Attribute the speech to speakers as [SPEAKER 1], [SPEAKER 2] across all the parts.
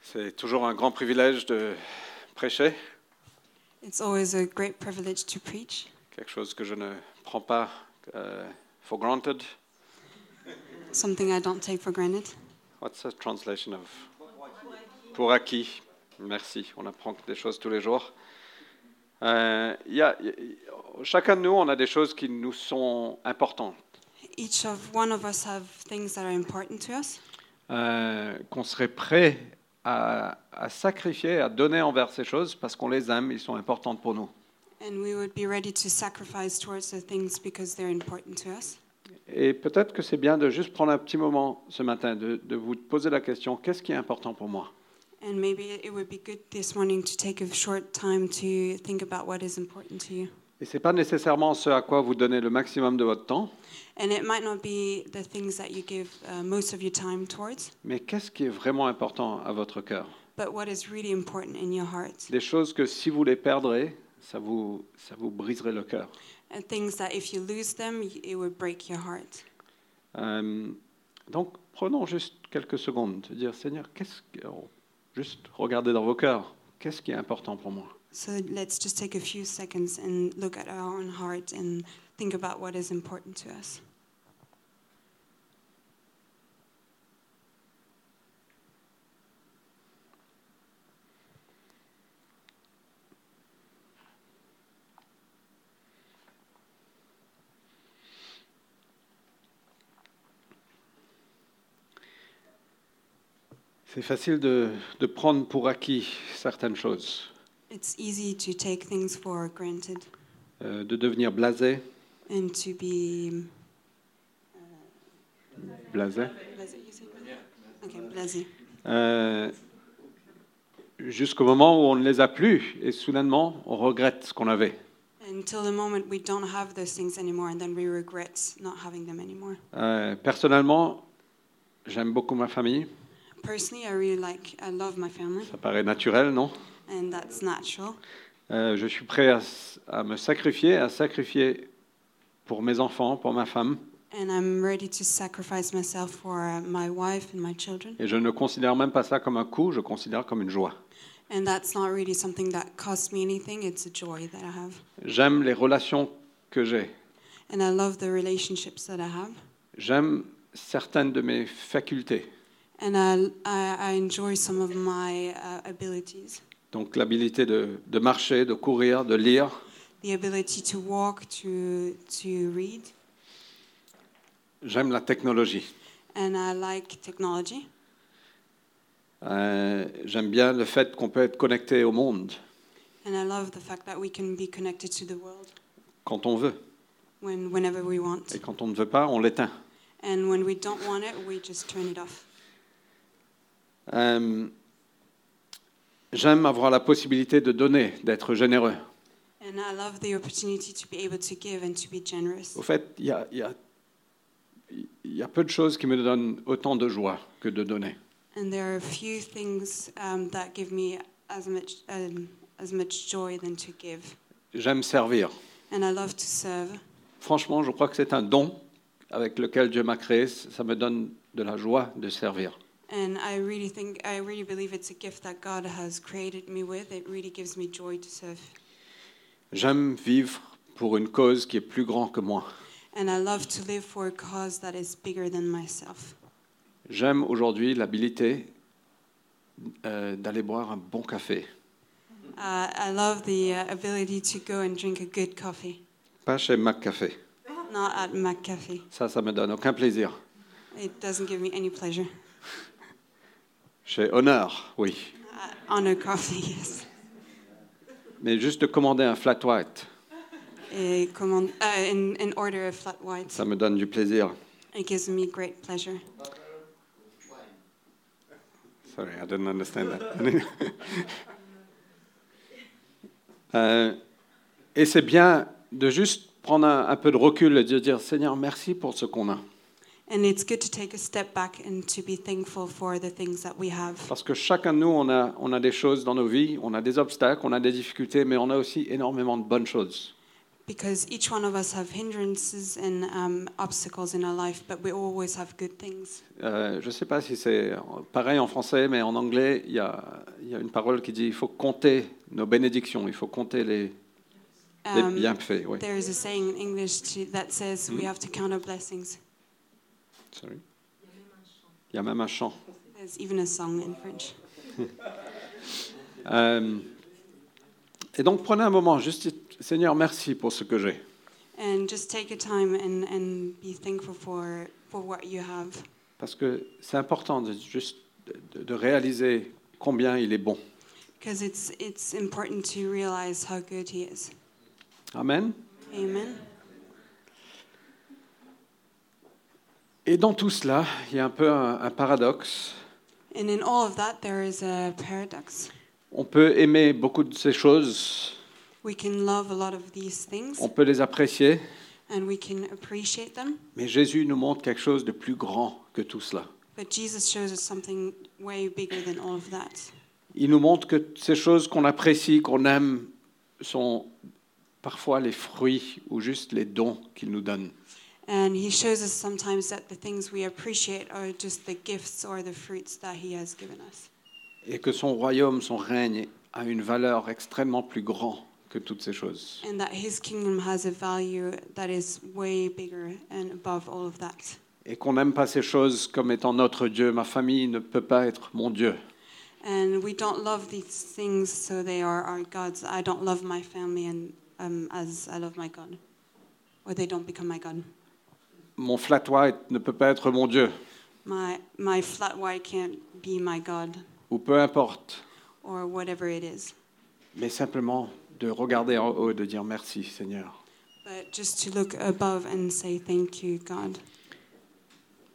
[SPEAKER 1] C'est toujours un grand privilège de prêcher,
[SPEAKER 2] It's always a great privilege to preach,
[SPEAKER 1] quelque chose que je ne prends pas euh, for granted.
[SPEAKER 2] something I don't take for granted.
[SPEAKER 1] What's the translation of Pour acquis. Merci, on apprend des choses tous les jours. Euh, il y a- il- chacun de nous, on a des choses qui nous sont importantes,
[SPEAKER 2] Each of one of us have things that are important to us
[SPEAKER 1] euh, qu'on serait prêt à, à sacrifier, à donner envers ces choses parce qu'on les aime, ils sont importantes pour nous.
[SPEAKER 2] and we would be ready to sacrifice towards the things because they're important to us.
[SPEAKER 1] Et peut-être que c'est bien de juste prendre un petit moment ce matin, de, de vous poser la question, qu'est-ce qui est important pour moi
[SPEAKER 2] And maybe it would be good this morning to take a short time to think about what is important to you.
[SPEAKER 1] Et ce n'est pas nécessairement ce à quoi vous donnez le maximum de votre temps,
[SPEAKER 2] And it might not be the things that you give uh, most of your time towards,
[SPEAKER 1] mais qu'est-ce qui est vraiment important à votre cœur
[SPEAKER 2] but what is really important in your heart.
[SPEAKER 1] Des choses que si vous les perdrez, ça vous, ça vous briserait le cœur.
[SPEAKER 2] And things that if you lose them, y- it would break your heart.
[SPEAKER 1] Euh, donc prenons juste quelques secondes, de dire Seigneur, qu'est-ce que... oh, Juste regardez dans vos cœurs, qu'est-ce qui est important pour moi
[SPEAKER 2] So let's just take a few seconds and look at our own heart and think about what is important to us.
[SPEAKER 1] C'est facile de, de prendre pour acquis certaines choses,
[SPEAKER 2] It's easy to take things for granted
[SPEAKER 1] euh, de devenir blasé.
[SPEAKER 2] and to be.
[SPEAKER 1] Blasé
[SPEAKER 2] Blasé, you said blasé? Okay, blasé.
[SPEAKER 1] Euh, jusqu'au moment où on ne les a plus et soudainement on regrette ce qu'on avait.
[SPEAKER 2] Until the moment we don't have those things anymore, and then we regret not having them anymore.
[SPEAKER 1] Euh, personnellement, j'aime beaucoup ma famille.
[SPEAKER 2] Personally, I really like, I love my family,
[SPEAKER 1] Ça paraît naturel, non
[SPEAKER 2] and that's natural.
[SPEAKER 1] Euh, Je suis prêt à, s- à me sacrifier, à sacrifier pour mes enfants, pour ma femme,
[SPEAKER 2] And I'm ready to sacrifice myself for uh, my wife and my children.
[SPEAKER 1] et je ne considère même pas ça comme un coût, je considère comme une joie.
[SPEAKER 2] And that's not really something that costs me anything, it's a joy that I have.
[SPEAKER 1] J'aime les relations que j'ai.
[SPEAKER 2] And I love the relationships that I have.
[SPEAKER 1] J'aime certaines de mes facultés.
[SPEAKER 2] And I, I, I enjoy some of my uh, abilities
[SPEAKER 1] Donc l'habilité de- de marcher, de courir, de lire,
[SPEAKER 2] the ability to walk, to, to read,
[SPEAKER 1] j'aime la technologie.
[SPEAKER 2] and I like technology.
[SPEAKER 1] Euh, j'aime bien le fait qu'on peut être connecté au monde
[SPEAKER 2] And I love the fact that we can be connected to the world
[SPEAKER 1] quand on veut.
[SPEAKER 2] when, whenever we want.
[SPEAKER 1] Et quand on ne veut pas, on l'éteint.
[SPEAKER 2] And when we don't want it, we just turn it off.
[SPEAKER 1] Euh, j'aime avoir la possibilité de donner, d'être généreux.
[SPEAKER 2] And I love the opportunity to be able to give and to be generous.
[SPEAKER 1] Au fait, il y a, il y a- il y a peu de choses qui me donnent autant de joie que de donner.
[SPEAKER 2] And there are few things um, that give me as much um, as much joy than to give.
[SPEAKER 1] J'aime servir.
[SPEAKER 2] And I love to serve.
[SPEAKER 1] Franchement, je crois que c'est un don avec lequel Dieu m'a créé. Ça me donne de la joie de servir.
[SPEAKER 2] And I really think I really believe it's a gift that God has created me with. It really gives me joy to serve.
[SPEAKER 1] J'aime vivre pour une cause qui est plus grande que moi.
[SPEAKER 2] And I love to live for a cause that is bigger than myself.
[SPEAKER 1] J'aime aujourd'hui l'habilité euh, d'aller boire un bon café.
[SPEAKER 2] Uh, I love the uh, ability to go and drink a good coffee,
[SPEAKER 1] Pas chez McCafé.
[SPEAKER 2] not at McCafe.
[SPEAKER 1] Ça, ça me donne aucun plaisir.
[SPEAKER 2] It doesn't give me any pleasure.
[SPEAKER 1] Chez Honor, oui.
[SPEAKER 2] Uh, honor coffee, yes.
[SPEAKER 1] Mais juste de commander un flat white,
[SPEAKER 2] Eh, command, uh, in, in order of flat white.
[SPEAKER 1] ça me donne du plaisir.
[SPEAKER 2] It gives me great pleasure.
[SPEAKER 1] Sorry, I didn't understand that. Euh, et c'est bien de juste prendre un, un peu de recul et de dire Seigneur, merci pour ce qu'on a.
[SPEAKER 2] And it's good to take a step back and to be thankful for the things that we have.
[SPEAKER 1] Parce que chacun de nous, on a, on a des choses dans nos vies, on a des obstacles, on a des difficultés, mais on a aussi énormément de bonnes choses.
[SPEAKER 2] because each one of us have hindrances and um, obstacles in our life, but we always have good things.
[SPEAKER 1] Euh, je ne sais pas si c'est pareil en français, mais en anglais, il y a, il y a une parole qui dit il faut compter nos bénédictions, il faut compter les, les
[SPEAKER 2] Um,
[SPEAKER 1] bienfaits. Oui.
[SPEAKER 2] There is a saying in English to, that says we have to count our blessings.
[SPEAKER 1] Sorry. Il y a même un chant.
[SPEAKER 2] There's even a song in French.
[SPEAKER 1] Euh, et donc prenez un moment, juste dites, Seigneur, merci pour ce que j'ai.
[SPEAKER 2] And just take your time and, and be thankful for, for what you have.
[SPEAKER 1] Parce que c'est important de, juste de, de réaliser combien il est bon.
[SPEAKER 2] Because it's, it's important to realize how good He is.
[SPEAKER 1] Amen.
[SPEAKER 2] Amen.
[SPEAKER 1] Et dans tout cela, il y a un peu un, un paradoxe.
[SPEAKER 2] And in all of that, there is a paradox.
[SPEAKER 1] On peut aimer beaucoup de ces choses,
[SPEAKER 2] We can love a lot of these things
[SPEAKER 1] on peut les apprécier,
[SPEAKER 2] and we can appreciate them,
[SPEAKER 1] mais Jésus nous montre quelque chose de plus grand que tout cela.
[SPEAKER 2] but Jesus shows us something way bigger than all of that.
[SPEAKER 1] Il nous montre que ces choses qu'on apprécie, qu'on aime, sont parfois les fruits ou juste les dons qu'il nous donne.
[SPEAKER 2] And He shows us sometimes that the things we appreciate are just the gifts or the fruits that He has given us.
[SPEAKER 1] Et que son royaume, son règne a une valeur extrêmement plus grande que toutes ces choses.
[SPEAKER 2] And that His kingdom has a value that is way bigger and above all of that.
[SPEAKER 1] Et qu'on n'aime pas ces choses comme étant notre Dieu. Ma famille ne peut pas être mon Dieu.
[SPEAKER 2] And we don't love these things, so they are our gods. I don't love my family and, um, as I love my God, or they don't become my God.
[SPEAKER 1] Mon flat white ne peut pas être mon Dieu.
[SPEAKER 2] My, my flat white can't be my God,
[SPEAKER 1] Ou peu importe.
[SPEAKER 2] or whatever it is.
[SPEAKER 1] Mais simplement de regarder en haut, de dire merci Seigneur.
[SPEAKER 2] But just to look above and say, Thank you, God,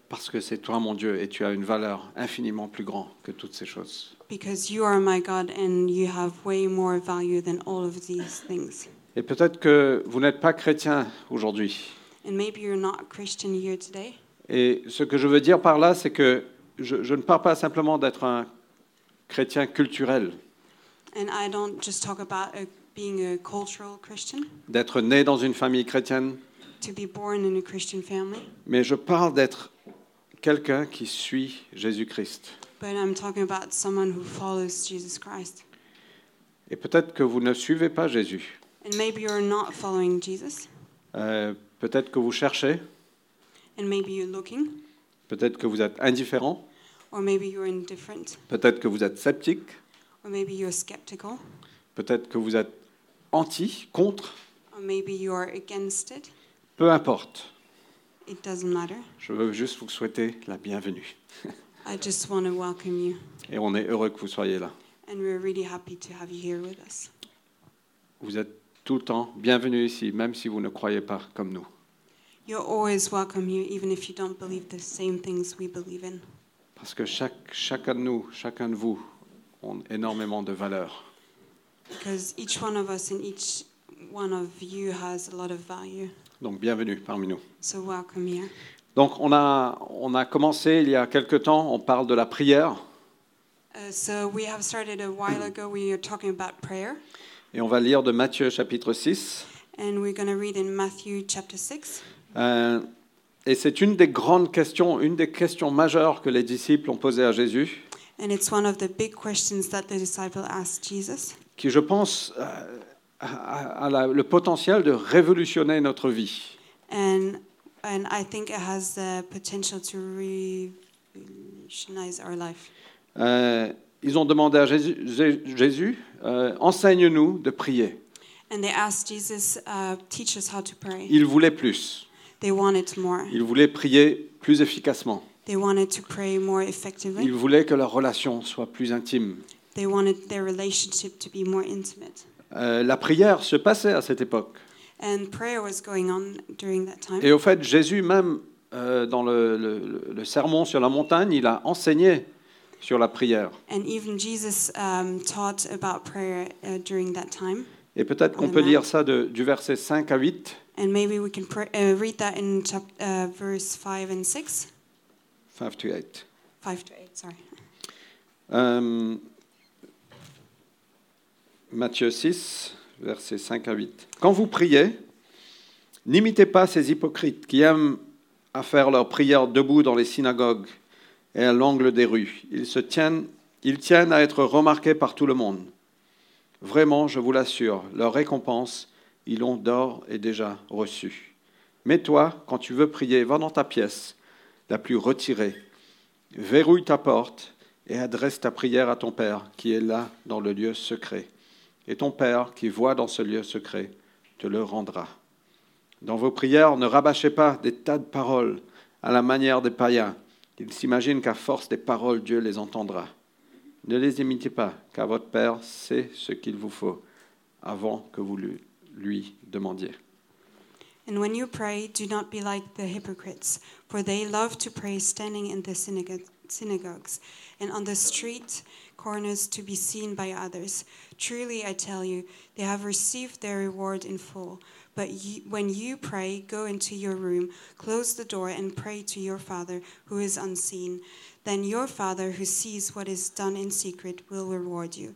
[SPEAKER 1] Parce que c'est toi mon Dieu et tu as une valeur infiniment plus grande que toutes ces choses.
[SPEAKER 2] because you are my God and you have way more value than all of these things.
[SPEAKER 1] Et peut-être que vous n'êtes pas chrétien aujourd'hui.
[SPEAKER 2] And maybe you're not a Christian here today.
[SPEAKER 1] Et ce que je veux dire par là, c'est que je, je ne parle pas simplement d'être un chrétien culturel,
[SPEAKER 2] And I don't just talk about uh being a cultural Christian,
[SPEAKER 1] d'être né dans une famille chrétienne,
[SPEAKER 2] to be born in a Christian family.
[SPEAKER 1] mais je parle d'être quelqu'un qui suit Jésus-Christ.
[SPEAKER 2] But I'm talking about someone who follows Jesus Christ.
[SPEAKER 1] Et peut-être que vous ne suivez pas Jésus.
[SPEAKER 2] And maybe you're not following Jesus,
[SPEAKER 1] Euh, peut-être que vous cherchez,
[SPEAKER 2] and maybe you're looking,
[SPEAKER 1] peut-être que vous êtes indifférent,
[SPEAKER 2] or maybe you're indifferent,
[SPEAKER 1] peut-être que vous êtes sceptique,
[SPEAKER 2] or maybe you're skeptical,
[SPEAKER 1] peut-être que vous êtes anti, contre,
[SPEAKER 2] or maybe you're against it.
[SPEAKER 1] peu importe.
[SPEAKER 2] It doesn't matter.
[SPEAKER 1] Je veux juste vous souhaiter la bienvenue.
[SPEAKER 2] I just want to welcome you,
[SPEAKER 1] Et on est heureux que vous soyez là.
[SPEAKER 2] and we're really happy to have you here with us.
[SPEAKER 1] Vous êtes tout le temps bienvenue ici, même si vous ne croyez pas comme nous.
[SPEAKER 2] You're always welcome here, even if you don't believe the same things we believe in,
[SPEAKER 1] Parce que chaque, chacun de nous, chacun de vous, ont énormément de valeur.
[SPEAKER 2] because each one of us and each one of you has a lot of value.
[SPEAKER 1] Donc bienvenue parmi nous.
[SPEAKER 2] So, welcome here.
[SPEAKER 1] Donc on a, on a commencé il y a quelque temps, on parle de la prière,
[SPEAKER 2] Uh, so we have started a while ago. We are talking about prayer,
[SPEAKER 1] et on va lire de Matthieu chapitre 6.
[SPEAKER 2] and we're going to read in Matthew chapter six.
[SPEAKER 1] Euh, et c'est une des grandes questions, une des questions majeures que les disciples ont posées à Jésus,
[SPEAKER 2] And it's one of the big questions that the disciple asked Jesus,
[SPEAKER 1] qui je pense euh, a, a- a la- le potentiel de révolutionner notre vie.
[SPEAKER 2] and and I think it has the potential to revolutionize our life.
[SPEAKER 1] Euh, ils ont demandé à Jésus, Jé- Jésus, euh, enseigne-nous de prier.
[SPEAKER 2] And they asked Jesus, uh, "Teach us how to pray."
[SPEAKER 1] Ils voulaient plus.
[SPEAKER 2] They wanted more.
[SPEAKER 1] Ils voulaient prier plus efficacement.
[SPEAKER 2] They wanted to pray more
[SPEAKER 1] Ils
[SPEAKER 2] effectively.
[SPEAKER 1] voulaient que leur relation soit plus intime.
[SPEAKER 2] They wanted their relationship to be more intimate.
[SPEAKER 1] Euh, la prière se passait à cette époque.
[SPEAKER 2] And prayer was going on during that time.
[SPEAKER 1] Et au fait, Jésus même, euh, dans le, le- le- le sermon sur la montagne, il a enseigné sur la prière.
[SPEAKER 2] And even Jesus um, taught about prayer uh, during that time.
[SPEAKER 1] Et peut-être qu'on
[SPEAKER 2] On
[SPEAKER 1] peut
[SPEAKER 2] a-
[SPEAKER 1] lire ça de- du verset 5 à 8.
[SPEAKER 2] And maybe we can pray, uh, read that in chap- uh, verse 5 and 6.
[SPEAKER 1] 5 to 8.
[SPEAKER 2] 5 to 8, sorry.
[SPEAKER 1] Euh, Matthieu 6, versets 5 à 8. Quand vous priez, N'imitez pas ces hypocrites qui aiment à faire leurs prières debout dans les synagogues et à l'angle des rues. Ils, se tiennent, ils tiennent à être remarqués par tout le monde. Vraiment, je vous l'assure, leur récompense, ils l'ont d'or et déjà reçue. Mais toi, quand tu veux prier, va dans ta pièce la plus retirée, verrouille ta porte et adresse ta prière à ton Père qui est là dans le lieu secret. Et ton Père qui voit dans ce lieu secret te le rendra. Dans vos prières, ne rabâchez pas des tas de paroles à la manière des païens. Ils s'imaginent qu'à force des paroles, Dieu les entendra. Ne les imitez pas, car votre Père sait ce qu'il vous faut avant que vous lui, lui demandiez.
[SPEAKER 2] And when you pray, do not be like the hypocrites, for they love to pray standing in the synago- synagogues and on the street corners to be seen by others. Truly, I tell you, they have received their reward in full. But you, when you pray, go into your room, close the door, and pray to your Father who is unseen. Then your Father who sees what is done in secret will reward you.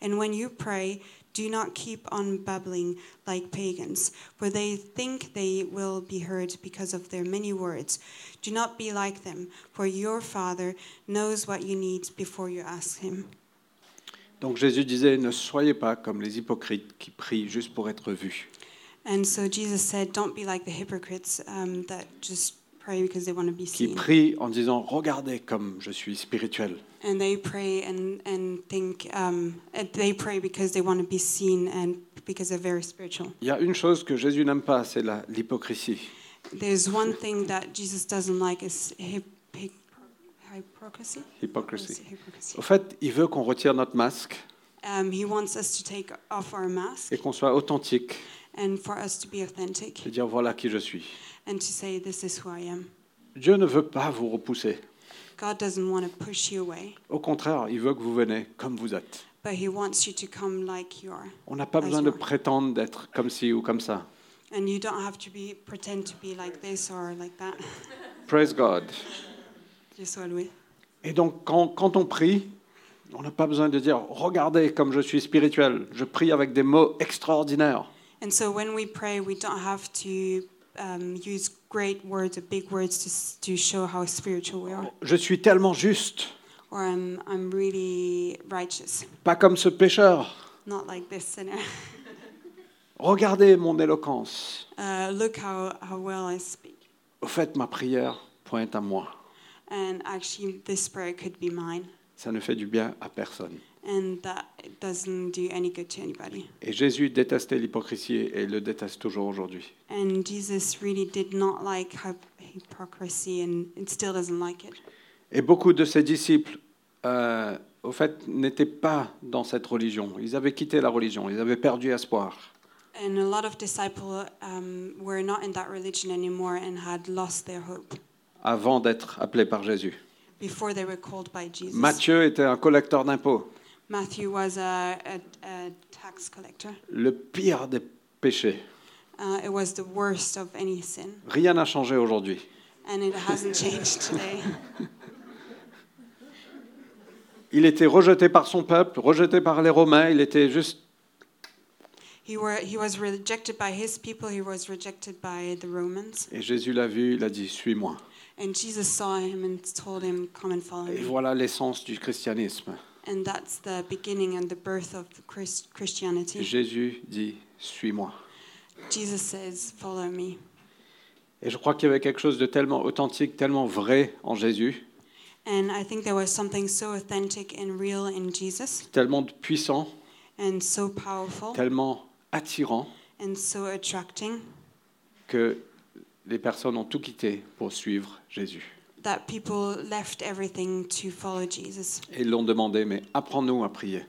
[SPEAKER 2] And when you pray, do not keep on babbling like pagans, for they think they will be heard because of their many words. Do not be like them, for your Father knows what you need before you ask Him.
[SPEAKER 1] Donc Jésus disait, ne soyez pas comme les hypocrites qui prient juste pour être vus.
[SPEAKER 2] And so Jesus said, Don't be like the hypocrites um, that just pray because they want to be
[SPEAKER 1] qui
[SPEAKER 2] seen.
[SPEAKER 1] prient en disant Regardez comme je suis spirituel.
[SPEAKER 2] And they pray and, and think, um, uh, they pray because they want to be seen and because they're very spiritual.
[SPEAKER 1] Il y a une chose que Jésus n'aime pas, c'est la- l'hypocrisie.
[SPEAKER 2] There's one thing that Jesus doesn't like is hip, hip, hypocrisy.
[SPEAKER 1] Hypocrisy.
[SPEAKER 2] Hypocrisy.
[SPEAKER 1] Au fait, il veut qu'on retire notre masque
[SPEAKER 2] Um, he wants us to take off our mask
[SPEAKER 1] et qu'on soit authentique
[SPEAKER 2] and for us to be authentic
[SPEAKER 1] et dire Voilà qui je suis.
[SPEAKER 2] and to say, This is who I am.
[SPEAKER 1] Dieu ne veut pas vous repousser.
[SPEAKER 2] God doesn't want to push you away,
[SPEAKER 1] Au contraire, il veut que vous venez comme vous êtes.
[SPEAKER 2] but He wants you to come like you are.
[SPEAKER 1] On n'a pas besoin de prétendre d'être comme ci ou comme ça.
[SPEAKER 2] And you don't have to be pretend to be like this or like that.
[SPEAKER 1] Praise God.
[SPEAKER 2] Just what we-
[SPEAKER 1] Et donc, quand, quand on prie, on n'a pas besoin de dire Regardez comme je suis spirituel. Je prie avec des mots extraordinaires.
[SPEAKER 2] And so when we pray, we don't have to um, use great words or big words to, s- to show how spiritual we are.
[SPEAKER 1] Je suis tellement juste.
[SPEAKER 2] Or I'm, I'm really righteous,
[SPEAKER 1] Pas comme ce pécheur.
[SPEAKER 2] not like this sinner.
[SPEAKER 1] Regardez mon éloquence.
[SPEAKER 2] Uh, look how, how well I speak.
[SPEAKER 1] Au fait, ma prière pointe à moi.
[SPEAKER 2] And actually, this prayer could be mine.
[SPEAKER 1] Ça ne fait du bien à personne.
[SPEAKER 2] And that it doesn't do any good to anybody.
[SPEAKER 1] Et Jésus détestait l'hypocrisie et le déteste toujours aujourd'hui.
[SPEAKER 2] And Jesus really did not like hyp- hypocrisy and it still doesn't like it.
[SPEAKER 1] Et beaucoup de ses disciples, euh, au fait, n'étaient pas dans cette religion. Ils avaient quitté la religion. Ils avaient perdu espoir.
[SPEAKER 2] And a lot of disciples um, were not in that religion anymore and had lost their hope
[SPEAKER 1] avant d'être appelés par Jésus.
[SPEAKER 2] before they were called by Jesus.
[SPEAKER 1] Matthieu était un collecteur d'impôts,
[SPEAKER 2] Matthew was a, a, a tax collector.
[SPEAKER 1] le pire des péchés.
[SPEAKER 2] Uh, it was the worst of any sin,
[SPEAKER 1] Rien n'a changé aujourd'hui.
[SPEAKER 2] and it hasn't changed today.
[SPEAKER 1] Il était rejeté par son peuple, rejeté par les Romains, il était juste
[SPEAKER 2] He, were, he was rejected by his people, he was rejected by the Romans.
[SPEAKER 1] Et Jésus l'a vu, il a dit Suis-moi.
[SPEAKER 2] And Jesus saw him and told him, Come and follow
[SPEAKER 1] Et
[SPEAKER 2] me.
[SPEAKER 1] voilà l'essence du christianisme.
[SPEAKER 2] And that's the beginning and the birth of Christ, Christianity.
[SPEAKER 1] Jésus dit Suis-moi.
[SPEAKER 2] Jesus says, Follow me.
[SPEAKER 1] Et je crois qu'il y avait quelque chose de tellement authentique, tellement vrai en Jésus,
[SPEAKER 2] And I think there was something so authentic and real in Jesus
[SPEAKER 1] tellement de puissant,
[SPEAKER 2] and so powerful
[SPEAKER 1] tellement attirant,
[SPEAKER 2] and so attracting
[SPEAKER 1] que les personnes ont tout quitté pour suivre Jésus.
[SPEAKER 2] that people left everything to follow Jesus.
[SPEAKER 1] Et ils l'ont demandé Mais apprends-nous à prier.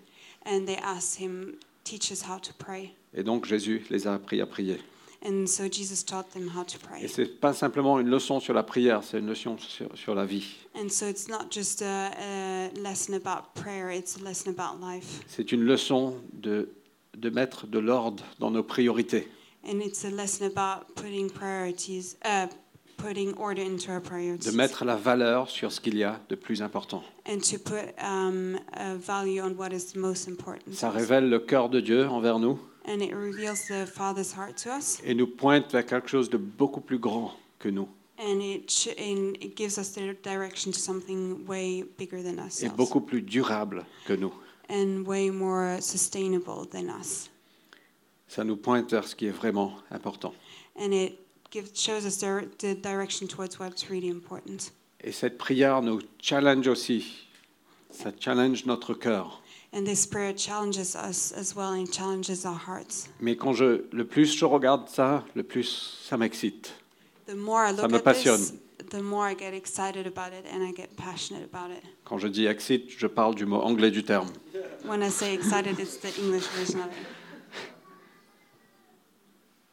[SPEAKER 2] And they asked him, Teach us how to pray.
[SPEAKER 1] Et donc Jésus les a appris à prier.
[SPEAKER 2] And so Jesus taught them how to
[SPEAKER 1] Et
[SPEAKER 2] pray.
[SPEAKER 1] ce n'est pas simplement une leçon sur la prière, c'est une leçon sur, sur la vie.
[SPEAKER 2] And so it's not just a, a lesson about prayer, it's a lesson about life.
[SPEAKER 1] C'est une leçon de, de mettre de l'ordre dans nos priorités.
[SPEAKER 2] And it's a lesson about putting priorities, uh, putting order into our
[SPEAKER 1] de
[SPEAKER 2] priorities.
[SPEAKER 1] mettre la valeur sur ce qu'il y a de plus important.
[SPEAKER 2] And to put um, a value on what is most important.
[SPEAKER 1] Ça
[SPEAKER 2] to us.
[SPEAKER 1] révèle le cœur de Dieu envers nous
[SPEAKER 2] and it reveals the Father's heart to us,
[SPEAKER 1] et nous pointe vers quelque chose de beaucoup plus grand que nous
[SPEAKER 2] and it sh- and it gives us the direction to something way bigger than
[SPEAKER 1] et
[SPEAKER 2] ourselves,
[SPEAKER 1] beaucoup plus durable que nous.
[SPEAKER 2] and way more sustainable than us,
[SPEAKER 1] Ça nous pointe vers ce qui est vraiment important.
[SPEAKER 2] and it gives shows us dir- the direction towards what's really important.
[SPEAKER 1] Et cette prière nous challenge aussi. Ça challenge notre cœur.
[SPEAKER 2] And this prayer challenges us as well and challenges our hearts.
[SPEAKER 1] Mais quand je, le plus je regarde ça, le plus ça m'excite.
[SPEAKER 2] The more I look
[SPEAKER 1] me
[SPEAKER 2] at this,
[SPEAKER 1] passionne.
[SPEAKER 2] the more I get excited about it and I get passionate about it.
[SPEAKER 1] Quand je dis excite, je parle du mot anglais du terme.
[SPEAKER 2] When I say excited, it's the English version of it.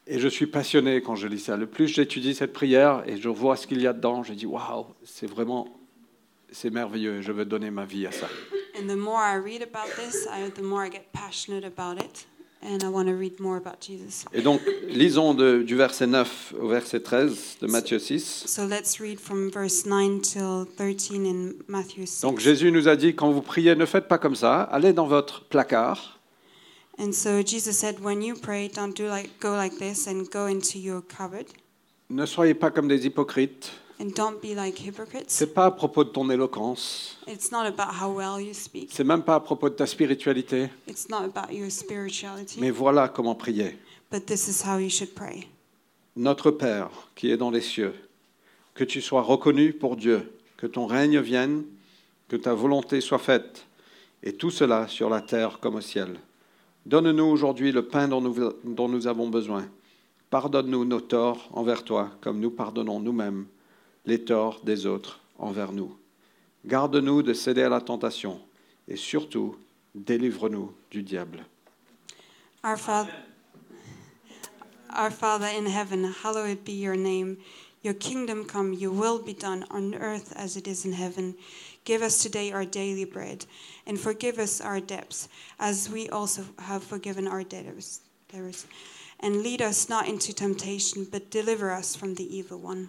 [SPEAKER 1] Et je suis passionné quand je lis ça. Le plus j'étudie cette prière et je vois ce qu'il y a dedans, je dis waouh, c'est vraiment, c'est merveilleux. Je veux donner ma vie à ça.
[SPEAKER 2] And the more I read about this, I, the more I get passionate about it, and I want to read more about Jesus.
[SPEAKER 1] Et donc, lisons de- du verset 9 au verset 13 de Matthieu 6.
[SPEAKER 2] So let's read from verse 9 till 13 in Matthew 6.
[SPEAKER 1] Donc Jésus nous a dit, quand vous priez, ne faites pas comme ça, allez dans votre placard,
[SPEAKER 2] and so Jesus said, When you pray, don't do like go like this and go into your cupboard,
[SPEAKER 1] ne soyez pas comme des hypocrites.
[SPEAKER 2] and don't be like hypocrites.
[SPEAKER 1] C'est pas à propos de ton éloquence,
[SPEAKER 2] It's not about how well you speak.
[SPEAKER 1] c'est même pas à propos de ta spiritualité,
[SPEAKER 2] It's not about your spirituality,
[SPEAKER 1] mais voilà comment prier.
[SPEAKER 2] but this is how you should pray.
[SPEAKER 1] Notre Père qui est dans les cieux, que tu sois reconnu pour Dieu, que ton règne vienne, que ta volonté soit faite, et tout cela sur la terre comme au ciel. Donne-nous aujourd'hui le pain dont nous, dont nous avons besoin. Pardonne-nous nos torts envers toi, comme nous pardonnons nous-mêmes les torts des autres envers nous. Garde-nous de céder à la tentation, et surtout, délivre-nous du diable.
[SPEAKER 2] Our Father, our Father in heaven, hallowed be your name. Your kingdom come, your will be done on earth as it is in heaven. Give us today our daily bread, and forgive us our debts, as we also have forgiven our debtors. debtors. And lead us not into temptation, but deliver us from the evil one.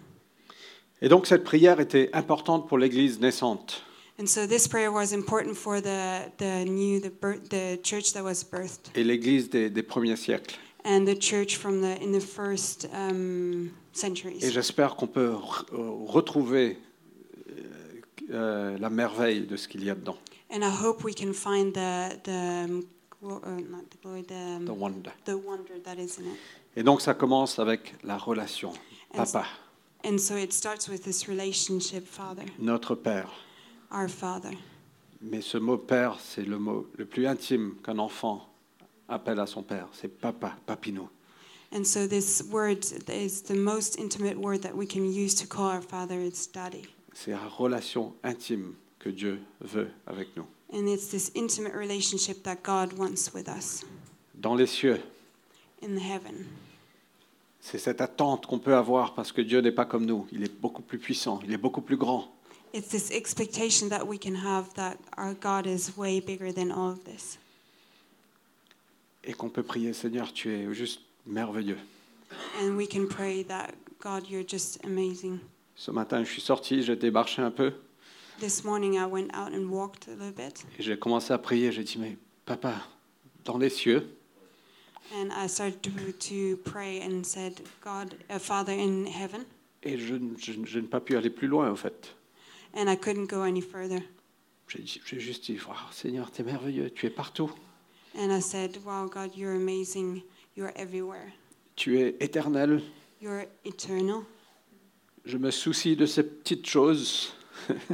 [SPEAKER 1] Et donc cette prière était importante pour l'Église naissante.
[SPEAKER 2] And so this prayer was important for the, the new the, birth, the church that was birthed
[SPEAKER 1] et l'Église des, des premiers siècles.
[SPEAKER 2] and the church from the in the first um, centuries.
[SPEAKER 1] Et j'espère qu'on peut re- retrouver euh, euh, la merveille de ce qu'il y a dedans,
[SPEAKER 2] And I hope we can find the the um, glo- uh, not the glory, the, um,
[SPEAKER 1] the wonder.
[SPEAKER 2] the wonder that is in it.
[SPEAKER 1] Et donc ça commence avec la relation.
[SPEAKER 2] And-
[SPEAKER 1] Papa,
[SPEAKER 2] And so it starts with this relationship, Father,
[SPEAKER 1] notre Père.
[SPEAKER 2] our Father.
[SPEAKER 1] Mais ce mot Père, c'est le mot le plus intime qu'un enfant appelle à son Père. C'est Papa, Papinou.
[SPEAKER 2] And so this word is the most intimate word that we can use to call our Father. It's Daddy,
[SPEAKER 1] C'est la relation intime que Dieu veut avec nous.
[SPEAKER 2] and it's this intimate relationship that God wants with us
[SPEAKER 1] Dans les cieux,
[SPEAKER 2] in heaven.
[SPEAKER 1] c'est cette attente qu'on peut avoir parce que Dieu n'est pas comme nous. Il est beaucoup plus puissant, il est beaucoup plus grand.
[SPEAKER 2] It's this expectation that we can have that our God is way bigger than all of this,
[SPEAKER 1] et qu'on peut prier, Seigneur, tu es juste merveilleux.
[SPEAKER 2] and we can pray that God, you're just amazing.
[SPEAKER 1] Ce matin, je suis sorti, j'ai démarché un peu,
[SPEAKER 2] This morning I went out and walked a little bit
[SPEAKER 1] et j'ai commencé à prier. J'ai dit, mais papa, dans les cieux,
[SPEAKER 2] and I started to, to pray and said, God, uh, Father in heaven.
[SPEAKER 1] et je, n- je n- je n'ai pas pu aller plus loin, en fait.
[SPEAKER 2] And I couldn't go any further.
[SPEAKER 1] J'ai dit- j'ai juste dit, Waouh, Seigneur, tu es merveilleux, tu es partout,
[SPEAKER 2] And I said, Wow, God, you're amazing. You're everywhere.
[SPEAKER 1] tu es éternel.
[SPEAKER 2] You're eternal.
[SPEAKER 1] Je me soucie de ces petites choses.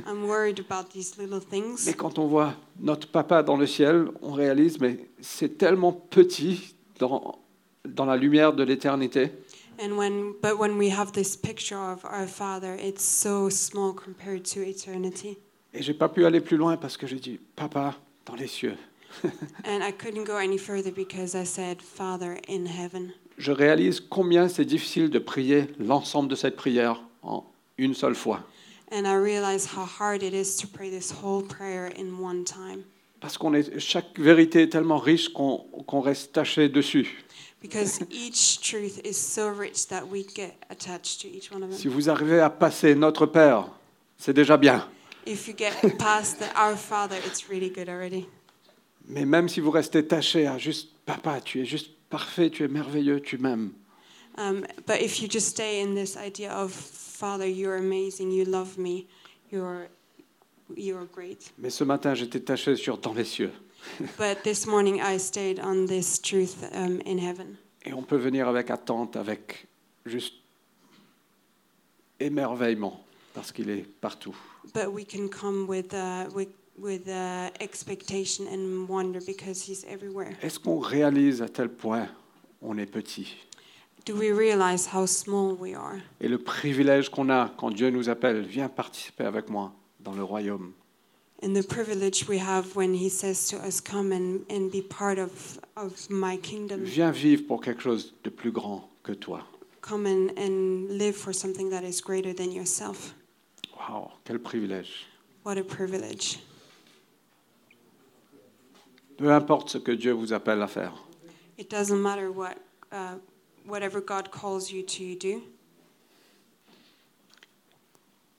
[SPEAKER 2] I'm worried about these little
[SPEAKER 1] Mais
[SPEAKER 2] things.
[SPEAKER 1] quand on voit notre papa dans le ciel, on réalise, mais c'est tellement petit dans, dans la lumière de l'éternité.
[SPEAKER 2] And when, but when we have this picture of our Father, it's so small compared to eternity.
[SPEAKER 1] Et j'ai pas pu aller plus loin parce que j'ai dit, papa, dans les cieux.
[SPEAKER 2] And I couldn't go any further because I said, Father in heaven.
[SPEAKER 1] je réalise combien c'est difficile de prier l'ensemble de cette prière en une seule fois.
[SPEAKER 2] And I realized how hard it is to pray this whole prayer in one time
[SPEAKER 1] Parce qu'on est, chaque vérité est tellement riche qu'on qu'on reste taché dessus.
[SPEAKER 2] because each truth is so rich that we get attached to each one of
[SPEAKER 1] Si
[SPEAKER 2] them.
[SPEAKER 1] vous arrivez à passer notre Père, c'est déjà bien.
[SPEAKER 2] If you get past the Our Father, it's really good already.
[SPEAKER 1] Mais même si vous restez taché à juste Papa, tu es juste parfait, tu es merveilleux, tu m'aimes.
[SPEAKER 2] Um, but if you just stay in this idea of Father, you're amazing, you love me, you're you're great.
[SPEAKER 1] Mais ce matin, j'étais taché sur dans les cieux.
[SPEAKER 2] But this morning I stayed on this truth um, in heaven,
[SPEAKER 1] Et on peut venir avec attente, avec juste émerveillement, parce qu'il est partout.
[SPEAKER 2] but we can come with uh, with with uh, expectation and wonder because He's everywhere.
[SPEAKER 1] Est-ce qu'on réalise à tel point on est petit
[SPEAKER 2] Do we realize how small we are
[SPEAKER 1] et le privilège qu'on a quand Dieu nous appelle, viens participer avec moi dans le royaume.
[SPEAKER 2] and the privilege we have when He says to us, "Come and, and be part of of My kingdom.
[SPEAKER 1] Viens vivre pour quelque chose de plus grand que toi.
[SPEAKER 2] Come and, and live for something that is greater than yourself."
[SPEAKER 1] Waouh, quel privilège.
[SPEAKER 2] What a privilege!
[SPEAKER 1] Peu importe ce que Dieu vous appelle à faire,
[SPEAKER 2] It doesn't matter what uh, whatever God calls you to do.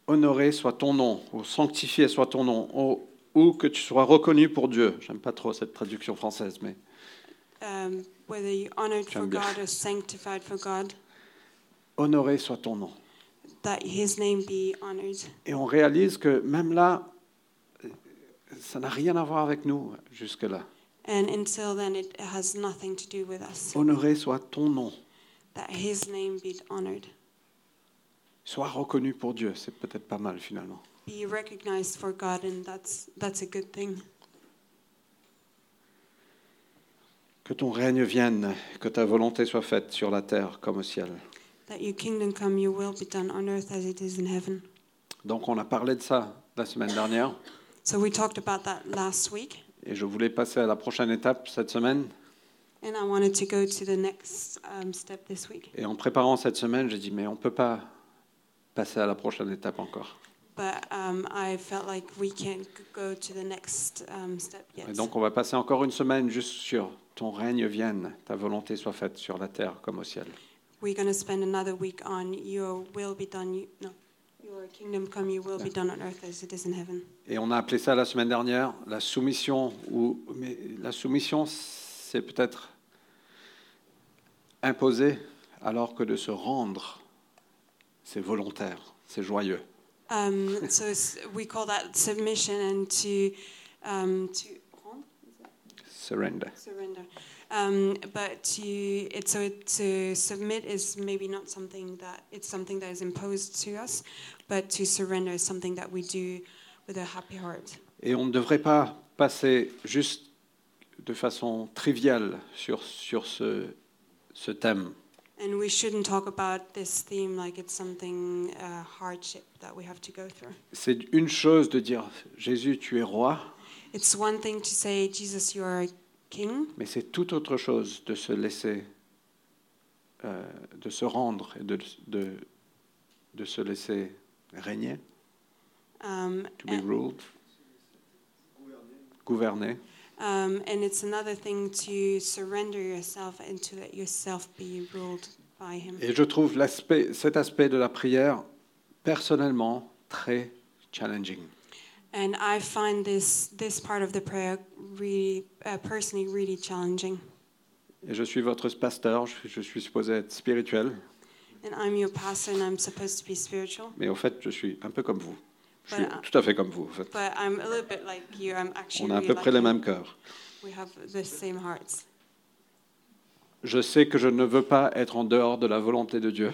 [SPEAKER 1] honoré soit ton nom, ou sanctifié soit ton nom, ou, ou que tu sois reconnu pour Dieu. J'aime pas trop cette traduction française, mais
[SPEAKER 2] um, whether you're honored for
[SPEAKER 1] J'aime bien.
[SPEAKER 2] God or sanctified for God,
[SPEAKER 1] honoré soit ton nom.
[SPEAKER 2] that His name be honored.
[SPEAKER 1] Et on réalise que même là, ça n'a rien à voir avec nous jusque-là.
[SPEAKER 2] And until then, it has nothing to do with us.
[SPEAKER 1] Honoré soit ton nom,
[SPEAKER 2] That His name be honored.
[SPEAKER 1] sois reconnu pour Dieu. C'est peut-être pas mal finalement.
[SPEAKER 2] Be recognized for God, and that's that's a good thing.
[SPEAKER 1] Que ton règne vienne, que ta volonté soit faite sur la terre comme au ciel.
[SPEAKER 2] That your kingdom come, your will be done on earth as it is in heaven.
[SPEAKER 1] Donc on a parlé de ça la semaine dernière
[SPEAKER 2] So we talked about that last week,
[SPEAKER 1] et je voulais passer à la prochaine étape cette semaine.
[SPEAKER 2] and I wanted to go to the next um, step this week.
[SPEAKER 1] Et en préparant cette semaine, j'ai dit mais on ne peut pas passer à la prochaine étape encore.
[SPEAKER 2] But um, I felt like we can't g- go to the next um, step yet.
[SPEAKER 1] Et donc on va passer encore une semaine juste sur ton règne vienne, ta volonté soit faite sur la terre comme au ciel.
[SPEAKER 2] We're going to spend another week on your will be done. You, no, your kingdom come, your will be done on earth as it is in heaven.
[SPEAKER 1] Et on a appelé ça la semaine dernière la soumission. Ou mais la soumission, c'est peut-être imposer, alors que de se rendre, c'est volontaire, c'est joyeux.
[SPEAKER 2] Um, so s- we call that submission and to um, to
[SPEAKER 1] Surrender.
[SPEAKER 2] surrender. Um, but to it, so to submit is maybe not something that it's something that is imposed to us, but to surrender is something that we do with a happy heart.
[SPEAKER 1] Et on ne devrait pas passer juste de façon triviale sur, sur ce, ce thème.
[SPEAKER 2] And we shouldn't talk about this theme like it's something uh, hardship that we have to go through.
[SPEAKER 1] C'est une chose de dire Jésus, tu es roi,
[SPEAKER 2] It's one thing to say, Jesus, you are king,
[SPEAKER 1] mais c'est tout autre chose de se laisser, euh, de se rendre et de, de, de se laisser régner,
[SPEAKER 2] um,
[SPEAKER 1] to be
[SPEAKER 2] and,
[SPEAKER 1] ruled, gouverner.
[SPEAKER 2] um, and it's another thing to surrender yourself and to let yourself be ruled by Him.
[SPEAKER 1] Et je trouve l'aspect- cet aspect de la prière personnellement très challenging.
[SPEAKER 2] And I find this this part of the prayer really, uh, personally, really challenging.
[SPEAKER 1] Et je suis votre pasteur, je, je suis supposé être spirituel,
[SPEAKER 2] And I'm your pastor, and I'm supposed to be spiritual,
[SPEAKER 1] mais au fait, je suis un peu comme vous. Je suis
[SPEAKER 2] Voilà.
[SPEAKER 1] tout à fait comme vous. en fait.
[SPEAKER 2] but I'm a little bit like you. I'm actually
[SPEAKER 1] On a à
[SPEAKER 2] really
[SPEAKER 1] peu près les
[SPEAKER 2] like you.
[SPEAKER 1] mêmes cœurs.
[SPEAKER 2] We have the same hearts.
[SPEAKER 1] Je sais que je ne veux pas être en dehors de la volonté de Dieu.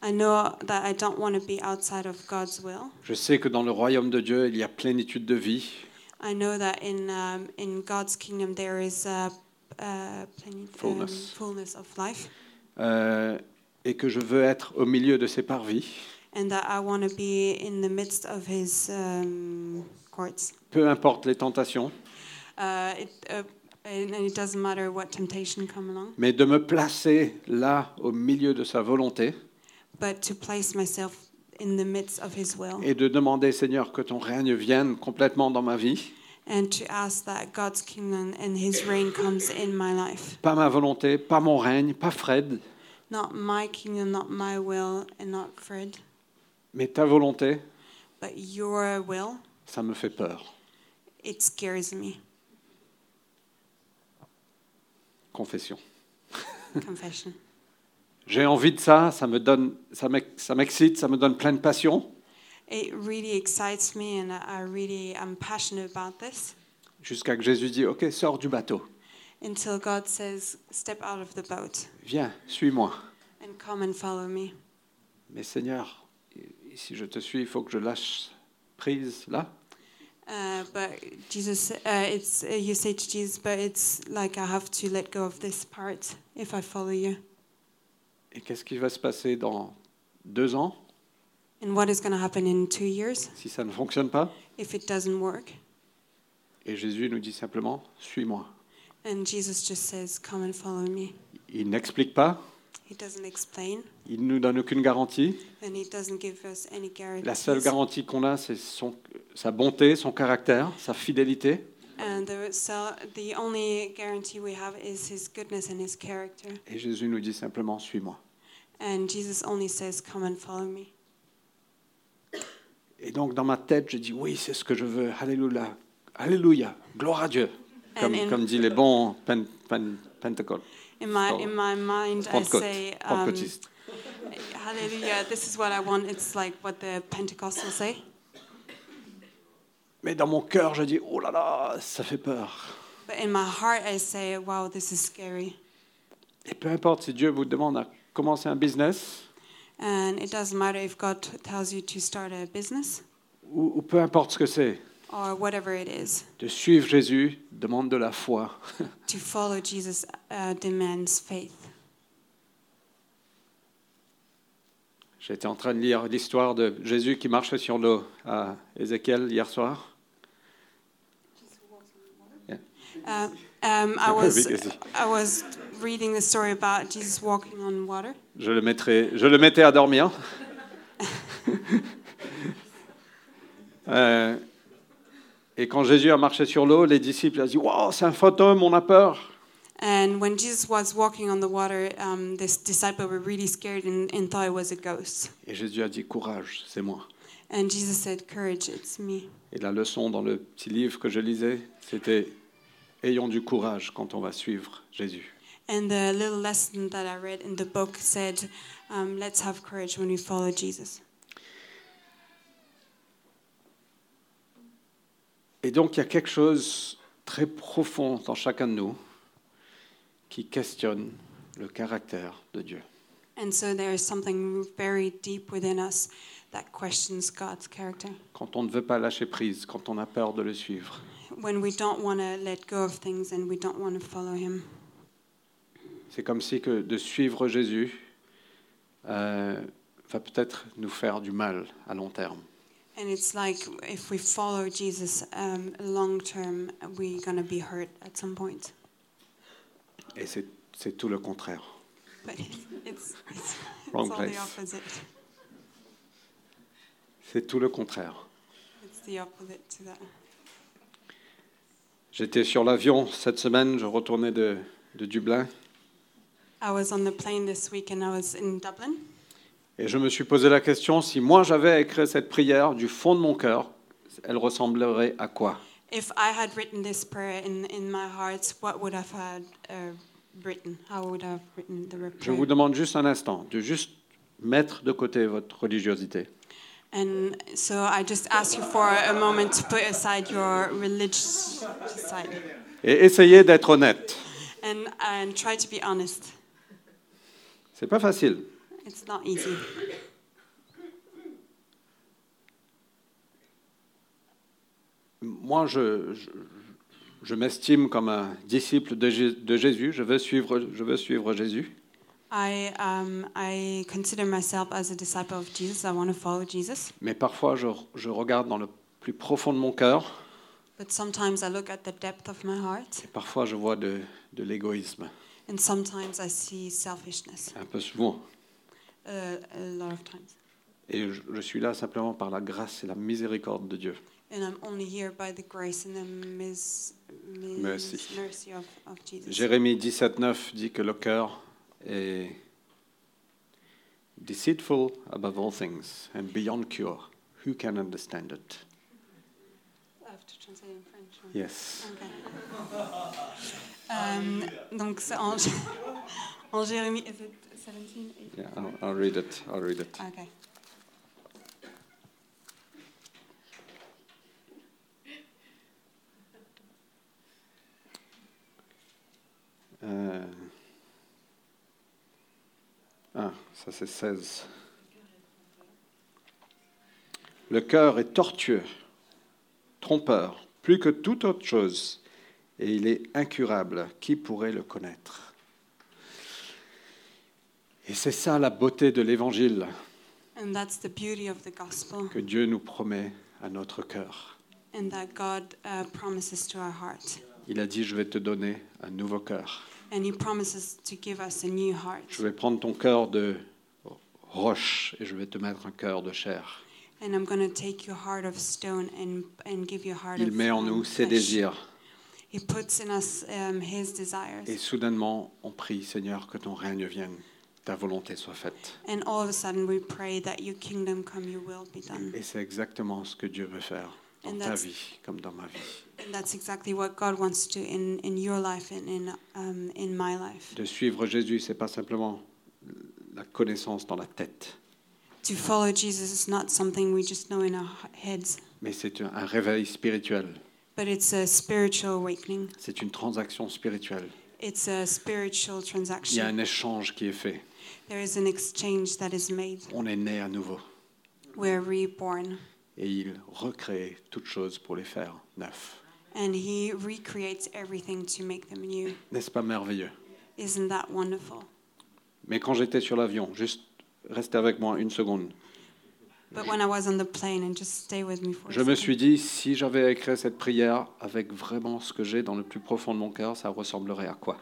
[SPEAKER 2] I know that I don't want to be outside of God's will.
[SPEAKER 1] Je sais que dans le royaume de Dieu, il y a plénitude de vie.
[SPEAKER 2] I know that in um, in God's kingdom there is a, uh plenty,
[SPEAKER 1] Fullness.
[SPEAKER 2] Um, fullness of life,
[SPEAKER 1] euh, et que je veux être au milieu de ses parvis.
[SPEAKER 2] and that I want to be in the midst of His um, courts.
[SPEAKER 1] Peu importe les tentations,
[SPEAKER 2] Uh, it, uh, and, and it doesn't matter what temptation come along,
[SPEAKER 1] mais de me placer là, au milieu de sa volonté,
[SPEAKER 2] but to place myself in the midst of His will,
[SPEAKER 1] et de demander, Seigneur, que ton règne vienne complètement dans ma vie.
[SPEAKER 2] and to ask that God's kingdom and His reign comes in my life,
[SPEAKER 1] Pas ma volonté, pas mon règne, pas Fred,
[SPEAKER 2] not my kingdom, not my will, and not Fred,
[SPEAKER 1] mais ta volonté,
[SPEAKER 2] but Your will.
[SPEAKER 1] ça me fait peur.
[SPEAKER 2] It scares me.
[SPEAKER 1] Confession.
[SPEAKER 2] confession.
[SPEAKER 1] J'ai envie de ça, ça me donne, ça m'ex- ça m'excite, ça me donne plein de passion.
[SPEAKER 2] It really excites me, and I I really am passionate about this.
[SPEAKER 1] Jusqu'à que Jésus dit, OK, sors du bateau,
[SPEAKER 2] Until God says, "Step out of the boat
[SPEAKER 1] viens, suis-moi.
[SPEAKER 2] and come and follow me."
[SPEAKER 1] Mais Seigneur, si je te suis, il faut que je lâche prise là.
[SPEAKER 2] Uh, but Jesus, uh, it's uh, you say to Jesus, but it's like I have to let go of this part if I follow you.
[SPEAKER 1] Et qu'est-ce qui va se passer dans deux ans
[SPEAKER 2] And what is going to happen in two years
[SPEAKER 1] si ça ne fonctionne pas
[SPEAKER 2] if it doesn't work?
[SPEAKER 1] Et Jésus nous dit simplement, suis-moi.
[SPEAKER 2] And Jesus just says, "Come and follow me."
[SPEAKER 1] Il n'explique pas,
[SPEAKER 2] He doesn't explain,
[SPEAKER 1] il ne nous donne aucune garantie.
[SPEAKER 2] and he doesn't give us any
[SPEAKER 1] La seule
[SPEAKER 2] guarantees.
[SPEAKER 1] garantie qu'on a, c'est son- sa bonté, son caractère, sa fidélité.
[SPEAKER 2] And the, so the only guarantee we have is his goodness and his character.
[SPEAKER 1] Et Jésus nous dit simplement, suis-moi.
[SPEAKER 2] And Jesus only says, "Come and follow me."
[SPEAKER 1] Et donc dans ma tête, je dis, oui, c'est ce que je veux. Alléluia. Alléluia. Gloire à Dieu. Comme,
[SPEAKER 2] And in-
[SPEAKER 1] comme dit les bons pen, pen, Pentecôte.
[SPEAKER 2] In my
[SPEAKER 1] Oh.
[SPEAKER 2] in my mind, I
[SPEAKER 1] Pentecôte.
[SPEAKER 2] say, um,
[SPEAKER 1] Pentecôtistes.
[SPEAKER 2] "Hallelujah!" This is what I want. It's like what the Pentecostals say.
[SPEAKER 1] Mais dans mon cœur, je dis, oh là là, ça fait peur.
[SPEAKER 2] But in my heart, I say, "Wow, this is scary."
[SPEAKER 1] Et peu importe si Dieu vous demande à commencer un business,
[SPEAKER 2] And it doesn't matter if God tells you to start a business
[SPEAKER 1] ou, ou peu importe ce que c'est,
[SPEAKER 2] or whatever it is.
[SPEAKER 1] de suivre Jésus demande de la foi.
[SPEAKER 2] To follow Jesus uh, demands faith.
[SPEAKER 1] J'étais en train de lire l'histoire de Jésus qui marche sur l'eau à Ézéchiel hier soir.
[SPEAKER 2] Uh, um, I was
[SPEAKER 1] Because he-
[SPEAKER 2] I was reading the story about Jesus walking on water,
[SPEAKER 1] Je le, mettrai, je le mettais à dormir. Euh, et quand Jésus a marché sur l'eau, les disciples ont dit Waouh, c'est un fantôme, on a peur.
[SPEAKER 2] and when Jesus was walking on the water, um, this disciple were really scared and, and thought it was a ghost.
[SPEAKER 1] Et Jésus a dit Courage, c'est moi.
[SPEAKER 2] And Jesus said, "Courage, it's me."
[SPEAKER 1] Et la leçon dans le petit livre que je lisais, c'était Ayons du courage quand on va suivre Jésus.
[SPEAKER 2] And the little lesson that I read in the book said, um, "Let's have courage when we follow Jesus."
[SPEAKER 1] Et donc, il y a quelque chose très profond dans chacun de nous qui questionne le caractère de Dieu.
[SPEAKER 2] And so there is something very deep within us that questions God's character.
[SPEAKER 1] Quand on ne veut pas lâcher prise, quand on a peur de le suivre.
[SPEAKER 2] When we don't want to let go of things and we don't want to follow Him,
[SPEAKER 1] C'est comme si que de suivre Jésus euh, va peut-être nous faire du mal à long terme.
[SPEAKER 2] and it's like if we follow Jesus um, long term, we're gonna be hurt at some point.
[SPEAKER 1] Et c'est c'est tout le contraire.
[SPEAKER 2] But it's it's, it's, it's all
[SPEAKER 1] Wrong
[SPEAKER 2] the
[SPEAKER 1] place.
[SPEAKER 2] opposite.
[SPEAKER 1] C'est tout le contraire.
[SPEAKER 2] It's the opposite to that.
[SPEAKER 1] J'étais sur l'avion cette semaine, je retournais de, de Dublin,
[SPEAKER 2] I was on the plane this week and I was in Dublin,
[SPEAKER 1] et je me suis posé la question, si moi j'avais écrit cette prière du fond de mon cœur, elle ressemblerait à quoi
[SPEAKER 2] If I had written this prayer in, in my heart, what would I have had, uh, written? How would I have written the
[SPEAKER 1] Je
[SPEAKER 2] prayer?
[SPEAKER 1] vous demande juste un instant de juste mettre de côté votre religiosité
[SPEAKER 2] And so I just ask you for a moment to put aside your religious side
[SPEAKER 1] et essayez d'être honnête.
[SPEAKER 2] and, and try to be honest.
[SPEAKER 1] C'est pas facile.
[SPEAKER 2] It's not easy.
[SPEAKER 1] Moi, je, je, je m'estime comme un disciple de, Jé- de Jésus. Je veux suivre, je veux suivre Jésus.
[SPEAKER 2] I, um, I consider myself as a disciple of Jesus. I want to follow Jesus.
[SPEAKER 1] Mais parfois, je, je regarde dans le plus profond de mon cœur
[SPEAKER 2] But sometimes I look at the depth of my heart
[SPEAKER 1] et parfois je vois de, de l'égoïsme,
[SPEAKER 2] and sometimes I see selfishness
[SPEAKER 1] un peu souvent.
[SPEAKER 2] uh, a lot of times.
[SPEAKER 1] Et je, je suis là simplement par la grâce et la miséricorde de Dieu.
[SPEAKER 2] And I'm only here by the grace and the mis, mis-
[SPEAKER 1] Mercy.
[SPEAKER 2] mercy of, of Jesus.
[SPEAKER 1] Jérémie 17,9 dit que le cœur est deceitful above all things and beyond cure. Who can understand it?
[SPEAKER 2] I have to translate in French. right?
[SPEAKER 1] Yes.
[SPEAKER 2] Um, Ok. Euh, donc, c'est en, En Jérémie, is it 17?
[SPEAKER 1] Yeah, I'll, I'll read it. I'll read it.
[SPEAKER 2] Okay.
[SPEAKER 1] Euh, Ah, ça c'est 16. Le cœur est tortueux, trompeur, plus que toute autre chose, et il est incurable. Qui pourrait le connaître Et c'est ça la beauté de l'Évangile
[SPEAKER 2] And that's the beauty of the gospel,
[SPEAKER 1] que Dieu nous promet à notre cœur.
[SPEAKER 2] and that God uh, promises to our heart.
[SPEAKER 1] Il a dit, je vais te donner un nouveau cœur.
[SPEAKER 2] And He promises to give us a new heart.
[SPEAKER 1] Je vais prendre ton cœur de roche et je vais te mettre un cœur de chair.
[SPEAKER 2] And I'm going to take your heart of stone and, and give you a heart
[SPEAKER 1] Il
[SPEAKER 2] of
[SPEAKER 1] met en
[SPEAKER 2] um,
[SPEAKER 1] nous ses
[SPEAKER 2] flesh.
[SPEAKER 1] désirs.
[SPEAKER 2] He puts in us um, His desires.
[SPEAKER 1] Et soudainement, on prie, Seigneur, que ton règne vienne, ta volonté soit faite.
[SPEAKER 2] And all of a sudden we pray that your kingdom come, your will be done.
[SPEAKER 1] Et c'est exactement ce que Dieu veut faire dans
[SPEAKER 2] And
[SPEAKER 1] ta
[SPEAKER 2] that's-
[SPEAKER 1] vie comme dans ma vie.
[SPEAKER 2] And that's exactly what God wants to do in, in your life and in, um, in my life.
[SPEAKER 1] De suivre Jésus, c'est pas simplement la connaissance dans la tête,
[SPEAKER 2] To follow Jesus is not something we just know in our heads,
[SPEAKER 1] mais c'est un un réveil spirituel.
[SPEAKER 2] but it's a spiritual awakening.
[SPEAKER 1] C'est une transaction spirituelle.
[SPEAKER 2] It's a spiritual
[SPEAKER 1] Il y a
[SPEAKER 2] transaction.
[SPEAKER 1] un échange qui est fait.
[SPEAKER 2] There is an exchange that is made.
[SPEAKER 1] On est né à nouveau.
[SPEAKER 2] We're reborn.
[SPEAKER 1] Et il recrée toutes choses pour les faire neufs.
[SPEAKER 2] And He recreates everything to make them new.
[SPEAKER 1] N'est-ce pas merveilleux
[SPEAKER 2] Isn't that wonderful?
[SPEAKER 1] Mais quand j'étais sur l'avion, juste restez avec moi une seconde.
[SPEAKER 2] But when I was on the plane, and just stay with me for a
[SPEAKER 1] Je me
[SPEAKER 2] second.
[SPEAKER 1] suis dit, si j'avais écrit cette prière avec vraiment ce que j'ai dans le plus profond de mon cœur, ça ressemblerait à quoi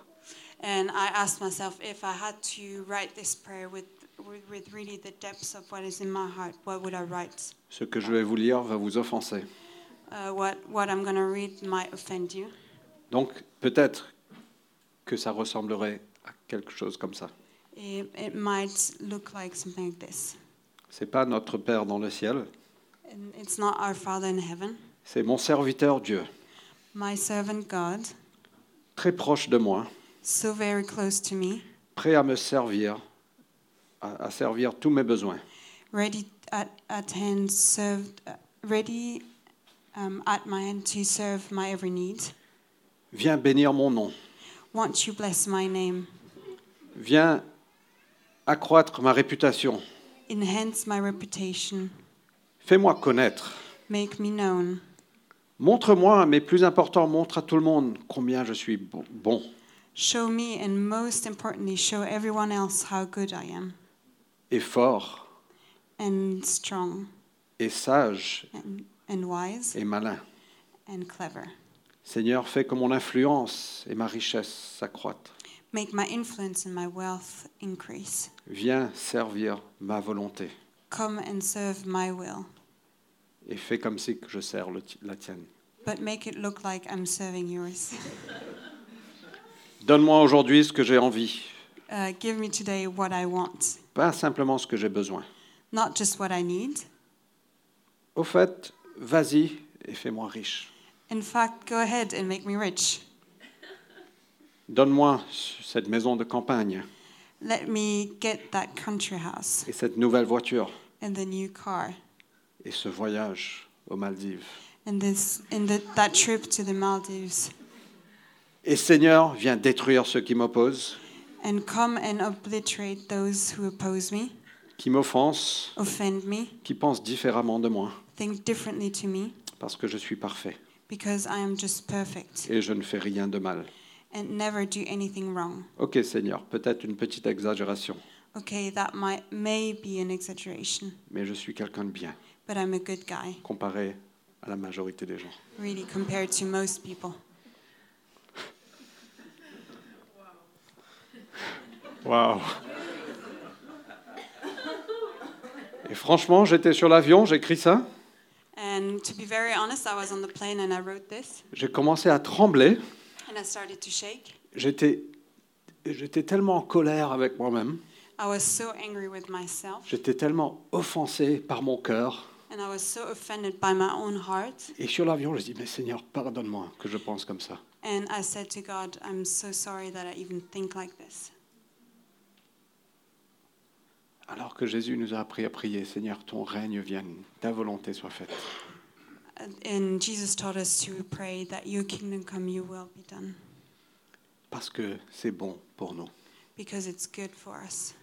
[SPEAKER 2] And I asked myself if I had to write this prayer with, with, with really the depths of what is in my heart, what would I write?
[SPEAKER 1] Ce que je vais vous lire va vous offenser.
[SPEAKER 2] Uh, what, what I'm going to read might offend you.
[SPEAKER 1] Donc peut-être que ça ressemblerait à quelque chose comme ça.
[SPEAKER 2] It, it might look like something like this.
[SPEAKER 1] C'est pas notre Père dans le ciel,
[SPEAKER 2] And it's not our Father in heaven,
[SPEAKER 1] c'est mon serviteur Dieu,
[SPEAKER 2] my servant God,
[SPEAKER 1] très proche de moi,
[SPEAKER 2] so very close to me,
[SPEAKER 1] prêt à me servir, à, à servir tous mes besoins.
[SPEAKER 2] ready at, at hand, served, uh, ready um, at my hand to serve my every need.
[SPEAKER 1] Viens bénir mon nom,
[SPEAKER 2] Won't you bless my name?
[SPEAKER 1] viens accroître ma réputation,
[SPEAKER 2] Enhance my reputation.
[SPEAKER 1] fais-moi connaître.
[SPEAKER 2] Make me known.
[SPEAKER 1] Montre-moi, mais plus important, montre à tout le monde combien je suis bon- bon.
[SPEAKER 2] Show me, and most importantly, show everyone else how good I am,
[SPEAKER 1] et fort,
[SPEAKER 2] and strong,
[SPEAKER 1] et sage,
[SPEAKER 2] and, and wise,
[SPEAKER 1] et malin.
[SPEAKER 2] and clever.
[SPEAKER 1] Seigneur, fais que mon influence et ma richesse s'accroîtent.
[SPEAKER 2] Make my influence and my wealth increase.
[SPEAKER 1] Viens servir ma volonté
[SPEAKER 2] Come and serve my will,
[SPEAKER 1] et fais comme si que je sers le ti- la tienne.
[SPEAKER 2] but make it look like I'm serving yours.
[SPEAKER 1] Donne-moi aujourd'hui ce que j'ai envie,
[SPEAKER 2] Uh, give me today what I want,
[SPEAKER 1] pas simplement ce que j'ai besoin.
[SPEAKER 2] not just what I need.
[SPEAKER 1] Au fait, vas-y et fais-moi riche.
[SPEAKER 2] In fact, go ahead and make me rich.
[SPEAKER 1] Donne-moi cette maison de campagne
[SPEAKER 2] Let me get that country house
[SPEAKER 1] et cette nouvelle voiture
[SPEAKER 2] and the new car
[SPEAKER 1] et ce voyage aux Maldives.
[SPEAKER 2] and this and the, that trip to the Maldives.
[SPEAKER 1] Et Seigneur, viens détruire ceux qui m'opposent,
[SPEAKER 2] and come and obliterate those who oppose me,
[SPEAKER 1] qui m'offensent,
[SPEAKER 2] offend me,
[SPEAKER 1] qui pensent différemment de moi,
[SPEAKER 2] think differently to me,
[SPEAKER 1] parce que je suis parfait.
[SPEAKER 2] because I am just perfect
[SPEAKER 1] et je ne fais rien de mal.
[SPEAKER 2] and never do anything wrong.
[SPEAKER 1] Ok Seigneur, peut-être une petite exagération,
[SPEAKER 2] Okay, that might may be an exaggeration,
[SPEAKER 1] mais je suis quelqu'un de bien
[SPEAKER 2] but I'm a good guy,
[SPEAKER 1] comparé à la majorité des gens.
[SPEAKER 2] really, compared to most people.
[SPEAKER 1] Waouh Et franchement, j'étais sur l'avion, j'écris ça,
[SPEAKER 2] And to be very honest, I was on the plane and I wrote this,
[SPEAKER 1] j'ai commencé à trembler,
[SPEAKER 2] and I started to shake.
[SPEAKER 1] j'étais j'étais tellement en colère avec moi-même,
[SPEAKER 2] I was so angry with myself,
[SPEAKER 1] j'étais tellement offensé par mon cœur.
[SPEAKER 2] and I was so offended by my own heart.
[SPEAKER 1] Et sur l'avion, je dis mais Seigneur, pardonne-moi que je pense comme ça.
[SPEAKER 2] And I said to God, I'm so sorry that I even think like this.
[SPEAKER 1] Alors que Jésus nous a appris à prier, Seigneur, ton règne vienne, ta volonté soit faite.
[SPEAKER 2] And Jesus taught us to pray that your kingdom come, your will be done,
[SPEAKER 1] Parce que c'est bon pour nous.
[SPEAKER 2] because it's good for us.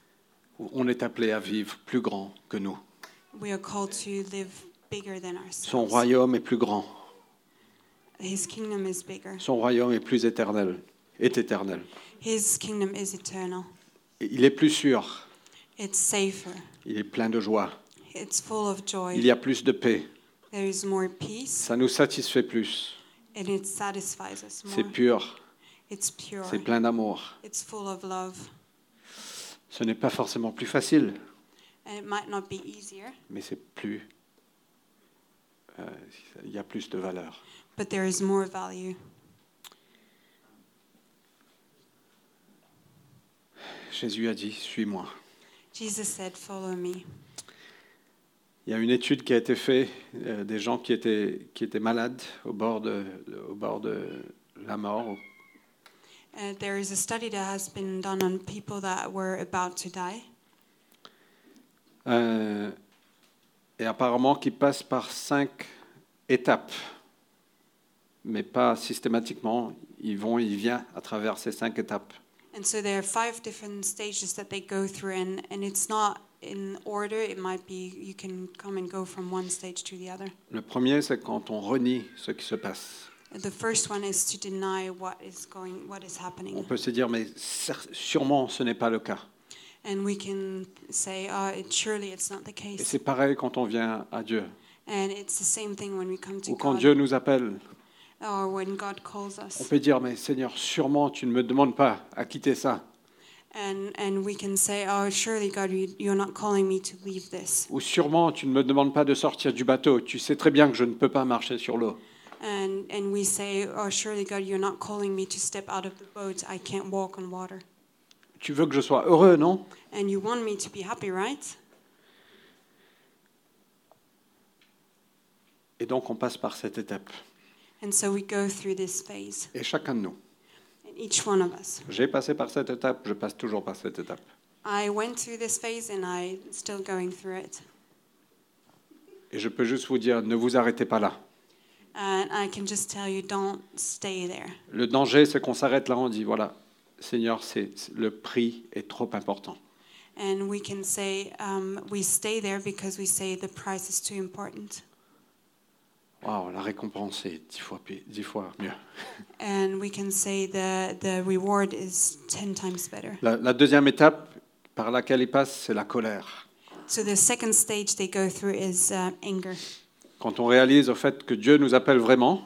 [SPEAKER 1] On est appelé à vivre plus grand que nous.
[SPEAKER 2] We are called to live bigger than
[SPEAKER 1] Son
[SPEAKER 2] ourselves.
[SPEAKER 1] royaume est plus grand.
[SPEAKER 2] His kingdom is bigger.
[SPEAKER 1] Son royaume est plus éternel. Est éternel.
[SPEAKER 2] His kingdom is eternal.
[SPEAKER 1] Et Il est plus sûr.
[SPEAKER 2] It's safer.
[SPEAKER 1] Il est plein de joie.
[SPEAKER 2] It's full of joy.
[SPEAKER 1] Il y a plus de paix.
[SPEAKER 2] There is more peace,
[SPEAKER 1] Ça nous satisfait plus.
[SPEAKER 2] and it satisfies us
[SPEAKER 1] C'est
[SPEAKER 2] more.
[SPEAKER 1] pur.
[SPEAKER 2] It's pure.
[SPEAKER 1] C'est plein d'amour.
[SPEAKER 2] It's full of love.
[SPEAKER 1] Ce n'est pas forcément plus facile,
[SPEAKER 2] And it might not be easier,
[SPEAKER 1] mais c'est plus. euh, Il y a plus de valeur.
[SPEAKER 2] but there is more value.
[SPEAKER 1] Jésus a dit Suis-moi.
[SPEAKER 2] Jesus said, Follow me.
[SPEAKER 1] Il y a une étude qui a été faite euh, des gens qui étaient, qui étaient malades au bord de, au bord de la mort.
[SPEAKER 2] Uh, there is a study that has been done on people that were about to die,
[SPEAKER 1] Euh, et apparemment qui passent par cinq étapes. Mais pas systématiquement. Ils vont, ils viennent à travers ces cinq étapes.
[SPEAKER 2] and so there are five different stages that they go through, and, and it's not in order. It might be you can come and go from one stage to the other.
[SPEAKER 1] Le premier, c'est quand on renie ce qui se passe.
[SPEAKER 2] The first one is to deny what is going, what is
[SPEAKER 1] On
[SPEAKER 2] happening,
[SPEAKER 1] peut se dire, mais cer- sûrement ce n'est pas le cas.
[SPEAKER 2] and we can say, "Ah, it, surely it's not the
[SPEAKER 1] Et
[SPEAKER 2] case."
[SPEAKER 1] c'est pareil quand on vient à Dieu.
[SPEAKER 2] And it's the same thing when we come to
[SPEAKER 1] Ou quand
[SPEAKER 2] God,
[SPEAKER 1] Dieu nous appelle.
[SPEAKER 2] or when God calls us.
[SPEAKER 1] On peut dire, mais Seigneur, sûrement tu ne me demandes pas à quitter ça.
[SPEAKER 2] And, and we can say, oh, surely, God, you, you're not calling me to leave this.
[SPEAKER 1] Ou sûrement tu ne me demandes pas de sortir du bateau. Tu sais très bien que je ne peux pas marcher sur l'eau.
[SPEAKER 2] And, and we say, oh, surely, God, you're not calling me to step out of the boat. I can't walk on water.
[SPEAKER 1] Tu veux que je sois heureux, non
[SPEAKER 2] And you want me to be happy, right?
[SPEAKER 1] Et donc on passe par cette étape.
[SPEAKER 2] And so we go through this phase.
[SPEAKER 1] Et chacun de nous.
[SPEAKER 2] And each one of us.
[SPEAKER 1] J'ai passé par cette étape, je passe toujours par cette étape.
[SPEAKER 2] I went through this phase and I'm still going through it.
[SPEAKER 1] Et je peux juste vous dire, ne vous arrêtez pas là.
[SPEAKER 2] And I can just tell you, don't stay there.
[SPEAKER 1] Le danger, c'est qu'on s'arrête là, on dit, voilà, Seigneur, c'est c'est- le prix est trop important.
[SPEAKER 2] And we can say, um, we stay there because we say the price is too important.
[SPEAKER 1] Waouh, la récompense est dix fois, pi- dix fois mieux.
[SPEAKER 2] And we can say the, the reward is 10 times better.
[SPEAKER 1] La, la deuxième étape par laquelle il passe, c'est la colère.
[SPEAKER 2] So the second stage they go through is uh, anger.
[SPEAKER 1] Quand on réalise au fait que Dieu nous appelle vraiment,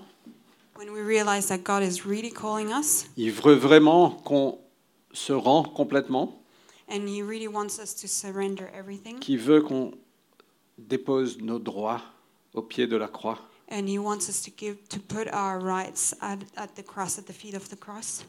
[SPEAKER 2] When we realize that God is really calling us
[SPEAKER 1] il veut vraiment qu'on se rend complètement,
[SPEAKER 2] and He really wants us to surrender everything
[SPEAKER 1] qu'il veut qu'on dépose nos droits au pied de la croix,
[SPEAKER 2] and He wants us to give to put our rights at, at the cross, at the feet of the cross,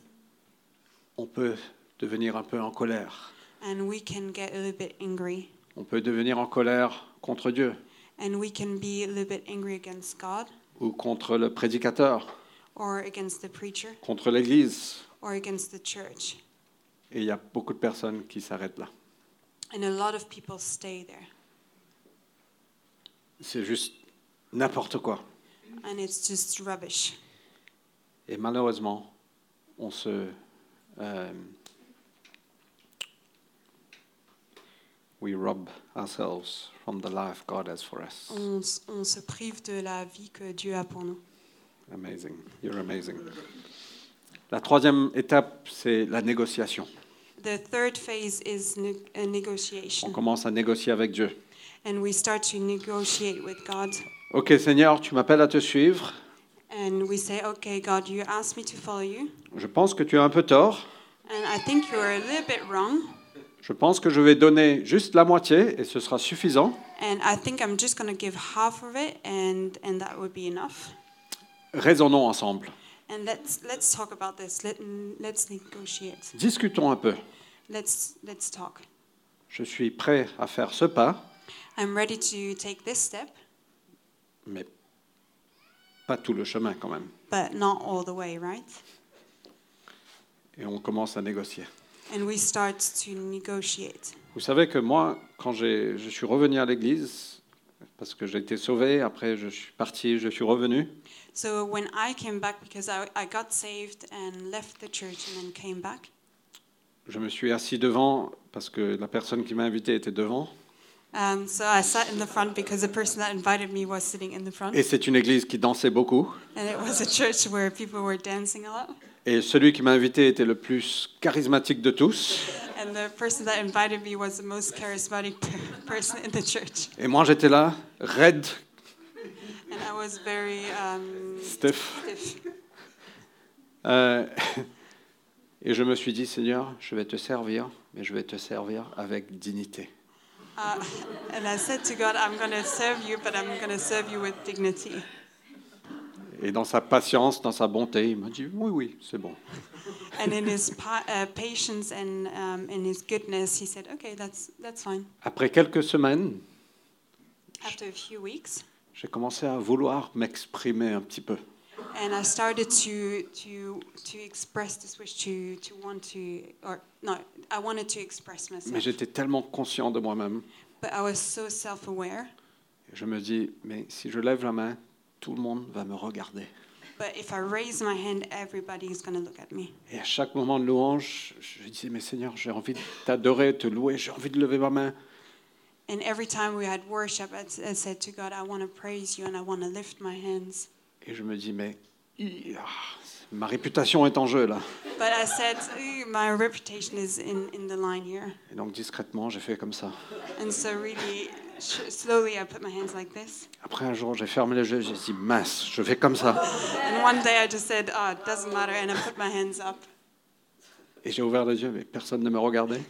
[SPEAKER 1] on peut devenir un peu en colère.
[SPEAKER 2] and we can get a little bit angry
[SPEAKER 1] On peut devenir en colère contre Dieu
[SPEAKER 2] and we can be a little bit angry against God
[SPEAKER 1] ou contre le prédicateur,
[SPEAKER 2] or against the preacher
[SPEAKER 1] contre l'Église.
[SPEAKER 2] or against the church.
[SPEAKER 1] Et il y a beaucoup de personnes qui s'arrêtent là.
[SPEAKER 2] And a lot of people stay there,
[SPEAKER 1] C'est juste n'importe quoi.
[SPEAKER 2] and it's just rubbish.
[SPEAKER 1] Et malheureusement, on se. euh, we rob ourselves from the life God has for us.
[SPEAKER 2] On, s- on se prive de la vie que Dieu a pour nous.
[SPEAKER 1] Amazing. You're amazing. La troisième étape, c'est la négociation.
[SPEAKER 2] The third phase is ne- a
[SPEAKER 1] On
[SPEAKER 2] negotiation,
[SPEAKER 1] commence à négocier avec Dieu.
[SPEAKER 2] and we start to negotiate with God.
[SPEAKER 1] Ok, Seigneur, tu m'appelles à te suivre.
[SPEAKER 2] And we say, "Okay, God, you asked me to follow you,
[SPEAKER 1] Je pense que tu as un peu tort.
[SPEAKER 2] and I think you are a little bit wrong,
[SPEAKER 1] Je pense que je vais donner juste la moitié et ce sera suffisant.
[SPEAKER 2] and I think I'm just going to give half of it, and and that would be enough."
[SPEAKER 1] Raisonnons ensemble.
[SPEAKER 2] And let's let's talk about this. Let let's negotiate.
[SPEAKER 1] Discutons un peu.
[SPEAKER 2] Let's let's talk.
[SPEAKER 1] Je suis prêt à faire ce pas.
[SPEAKER 2] I'm ready to take this step,
[SPEAKER 1] mais pas tout le chemin quand même.
[SPEAKER 2] but not all the way, right?
[SPEAKER 1] Et on commence à négocier.
[SPEAKER 2] and we start to negotiate.
[SPEAKER 1] Vous savez que moi, quand j'ai- je suis revenu à l'église, parce que j'ai été sauvé, après je suis parti, je suis revenu,
[SPEAKER 2] So when I came back, because I, I got saved and left the church and then came back,
[SPEAKER 1] je me suis assis devant, parce que la personne qui m'a invité était devant.
[SPEAKER 2] um, so I sat in the front because the person that invited me was sitting in the front,
[SPEAKER 1] Et c'est une église qui dansait beaucoup.
[SPEAKER 2] and it was a church where people were dancing a lot.
[SPEAKER 1] Et celui qui m'a invité était le plus charismatique de tous.
[SPEAKER 2] And the person that invited me was the most charismatic person in the church,
[SPEAKER 1] Et moi, j'étais là, raide,
[SPEAKER 2] and I was very um,
[SPEAKER 1] Steph.
[SPEAKER 2] stiff.
[SPEAKER 1] Euh, et je me suis dit, Seigneur, je vais te servir, mais je vais te servir avec dignité.
[SPEAKER 2] Uh, and I said to God, I'm going to serve you, but I'm going to serve you with dignity.
[SPEAKER 1] Et dans sa patience, dans sa bonté, il m'a dit, oui, oui, c'est bon.
[SPEAKER 2] And in his pa- uh, patience and um, in his goodness, he said, okay, that's, that's fine.
[SPEAKER 1] Après quelques semaines,
[SPEAKER 2] After a few weeks,
[SPEAKER 1] j'ai commencé à vouloir m'exprimer un petit peu.
[SPEAKER 2] and I started to, to, to express this wish to, to want to, or no, I wanted to express
[SPEAKER 1] Mais
[SPEAKER 2] myself.
[SPEAKER 1] j'étais tellement conscient de moi-même.
[SPEAKER 2] But I was so self aware.
[SPEAKER 1] Je me dis, mais si je lève la main, tout le monde va me regarder.
[SPEAKER 2] But if I raise my hand, everybody is going to look at me.
[SPEAKER 1] Et à chaque moment de louange, je disais, mais Seigneur, j'ai envie de t'adorer, de te louer, j'ai envie de lever ma main.
[SPEAKER 2] And every time we had worship, I, I said to God, I want to praise you and I want to lift my hands.
[SPEAKER 1] Et je me dis, mais hi, ah, ma réputation est en jeu là.
[SPEAKER 2] But I said, "Ooh, my reputation is in, in the line here.
[SPEAKER 1] Et donc discrètement, j'ai fait comme ça.
[SPEAKER 2] And so, really, sh- slowly, I put my hands like this.
[SPEAKER 1] Après un jour, j'ai fermé les yeux, j'ai dit, mince, je fais comme ça.
[SPEAKER 2] And one day I just said, oh, it doesn't matter. And I put my hands up.
[SPEAKER 1] Et j'ai ouvert les yeux, mais personne ne me regardait.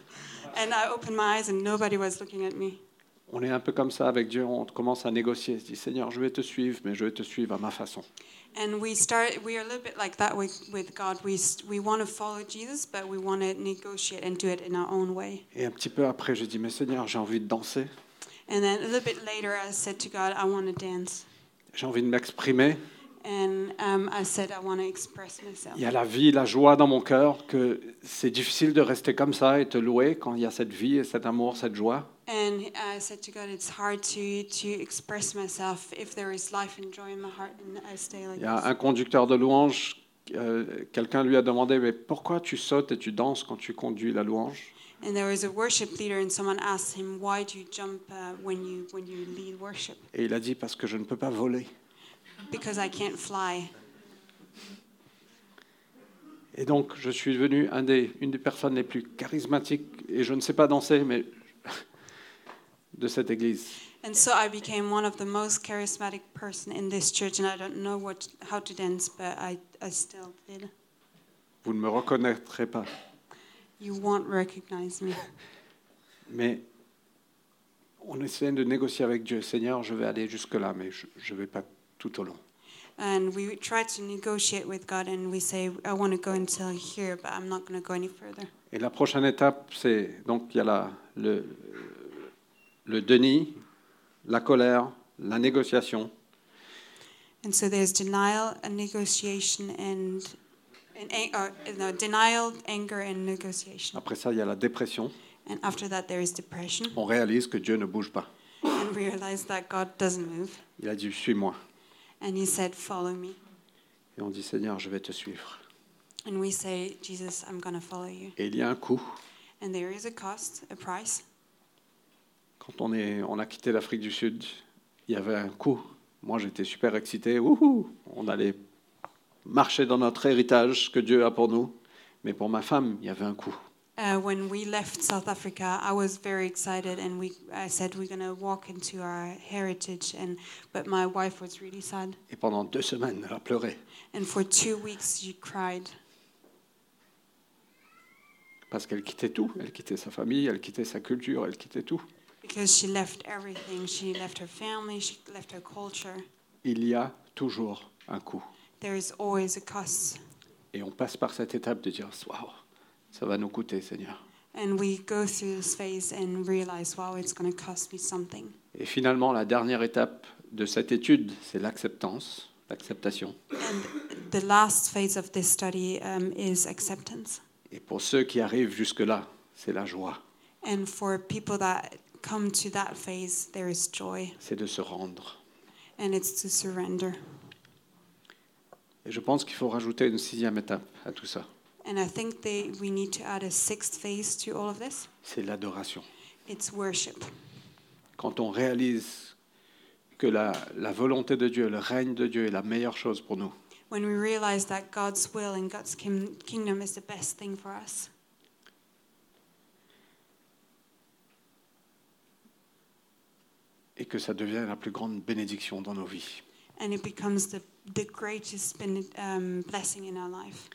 [SPEAKER 2] And I opened my eyes, and nobody was looking at me.
[SPEAKER 1] On est un peu comme ça avec Dieu, on commence à négocier. On se dit, Seigneur, je vais te suivre, mais je vais te suivre à ma façon.
[SPEAKER 2] And we start, we are a little bit like that with, with God. We, s- we want to follow Jesus, but we want to negotiate and do it in our own way.
[SPEAKER 1] Et un petit peu après, j'ai dit, mais Seigneur, j'ai envie de danser,
[SPEAKER 2] And then a little bit later, I said to God, I want to dance.
[SPEAKER 1] j'ai envie de m'exprimer.
[SPEAKER 2] And um, I said, I want to express myself.
[SPEAKER 1] Il y a la vie, la joie dans mon cœur, que c'est difficile de rester comme ça et te louer quand il y a cette vie et cet amour, cette joie.
[SPEAKER 2] And uh, I said to God, it's hard to, to express myself if there is life and joy in my heart, and I stay like
[SPEAKER 1] Il y a
[SPEAKER 2] this.
[SPEAKER 1] un conducteur de louange, euh, quelqu'un lui a demandé, mais pourquoi tu sautes et tu danses quand tu conduis la louange
[SPEAKER 2] And there was a worship leader, and someone asked him, "Why do you jump uh, when you when you lead worship?"
[SPEAKER 1] Et il a dit, parce que je ne peux pas voler.
[SPEAKER 2] Because I can't fly.
[SPEAKER 1] Et donc, je suis devenu un des, une des personnes les plus charismatiques, et je ne sais pas danser, mais de cette église.
[SPEAKER 2] And so I became one of the most charismatic person in this church, and I don't know what how to dance, but I, I still did.
[SPEAKER 1] Vous ne me reconnaîtrez pas.
[SPEAKER 2] You won't recognize me.
[SPEAKER 1] Mais on essaie de négocier avec Dieu. Seigneur, je vais aller jusque-là, mais je ne vais pas tout au long.
[SPEAKER 2] And we try to negotiate with God, and we say, "I want to go until here, but I'm not going to go any further."
[SPEAKER 1] Et la prochaine étape, c'est donc il y a la- le, le déni, la colère, la négociation.
[SPEAKER 2] And so there's denial and negotiation and, and an- or, no, denial, anger, and negotiation.
[SPEAKER 1] Après ça, il y a la dépression.
[SPEAKER 2] And after that, there is depression.
[SPEAKER 1] On réalise que Dieu ne bouge pas.
[SPEAKER 2] And we realize that God doesn't move.
[SPEAKER 1] Il a dit suis-moi.
[SPEAKER 2] And He said, Follow me.
[SPEAKER 1] Et on dit Seigneur, je vais te suivre.
[SPEAKER 2] And we say, Jesus, I'm going to follow you.
[SPEAKER 1] Et il y a un coup.
[SPEAKER 2] And there is a cost, a price.
[SPEAKER 1] Quand on, est, on a quitté l'Afrique du Sud, il y avait un coup. Moi, j'étais super excité. Wouhou on allait marcher dans notre héritage, ce que Dieu a pour nous. Mais pour ma femme, il y avait un coup.
[SPEAKER 2] Uh, when we left South Africa, I was very excited, and we, I said we're gonna walk into our heritage. And but my wife was really sad,
[SPEAKER 1] Et pendant deux semaines, elle a pleuré.
[SPEAKER 2] and for two weeks she cried
[SPEAKER 1] Parce qu'elle quittait tout. Elle quittait sa famille, elle quittait sa culture, elle quittait tout.
[SPEAKER 2] Because she left everything. She left her family, she left her culture.
[SPEAKER 1] Il y a toujours un coup.
[SPEAKER 2] There is always a cost.
[SPEAKER 1] Et on passe par cette étape de dire Waouh, ça va nous coûter, Seigneur.
[SPEAKER 2] And we go through this phase and realize, wow, it's going to cost me something.
[SPEAKER 1] Et finalement, la dernière étape de cette étude, c'est l'acceptance, l'acceptation.
[SPEAKER 2] The last phase of this study um, is acceptance.
[SPEAKER 1] Et pour ceux qui arrivent jusque-là, c'est la joie,
[SPEAKER 2] And for people that come to that phase, there is joy,
[SPEAKER 1] c'est de se rendre.
[SPEAKER 2] and it's to surrender.
[SPEAKER 1] Et je pense qu'il faut rajouter une sixième étape à tout ça,
[SPEAKER 2] And I think they, we need to add a sixth phase to all of this
[SPEAKER 1] c'est l'adoration.
[SPEAKER 2] it's worship.
[SPEAKER 1] Quand on réalise que la, la volonté de Dieu, le règne de Dieu est la meilleure chose pour nous,
[SPEAKER 2] When we realize that God's will and God's kim- kingdom is the best thing for us,
[SPEAKER 1] et que ça devient la plus grande bénédiction dans nos vies.
[SPEAKER 2] and it becomes the, the greatest ben- um, blessing in our life.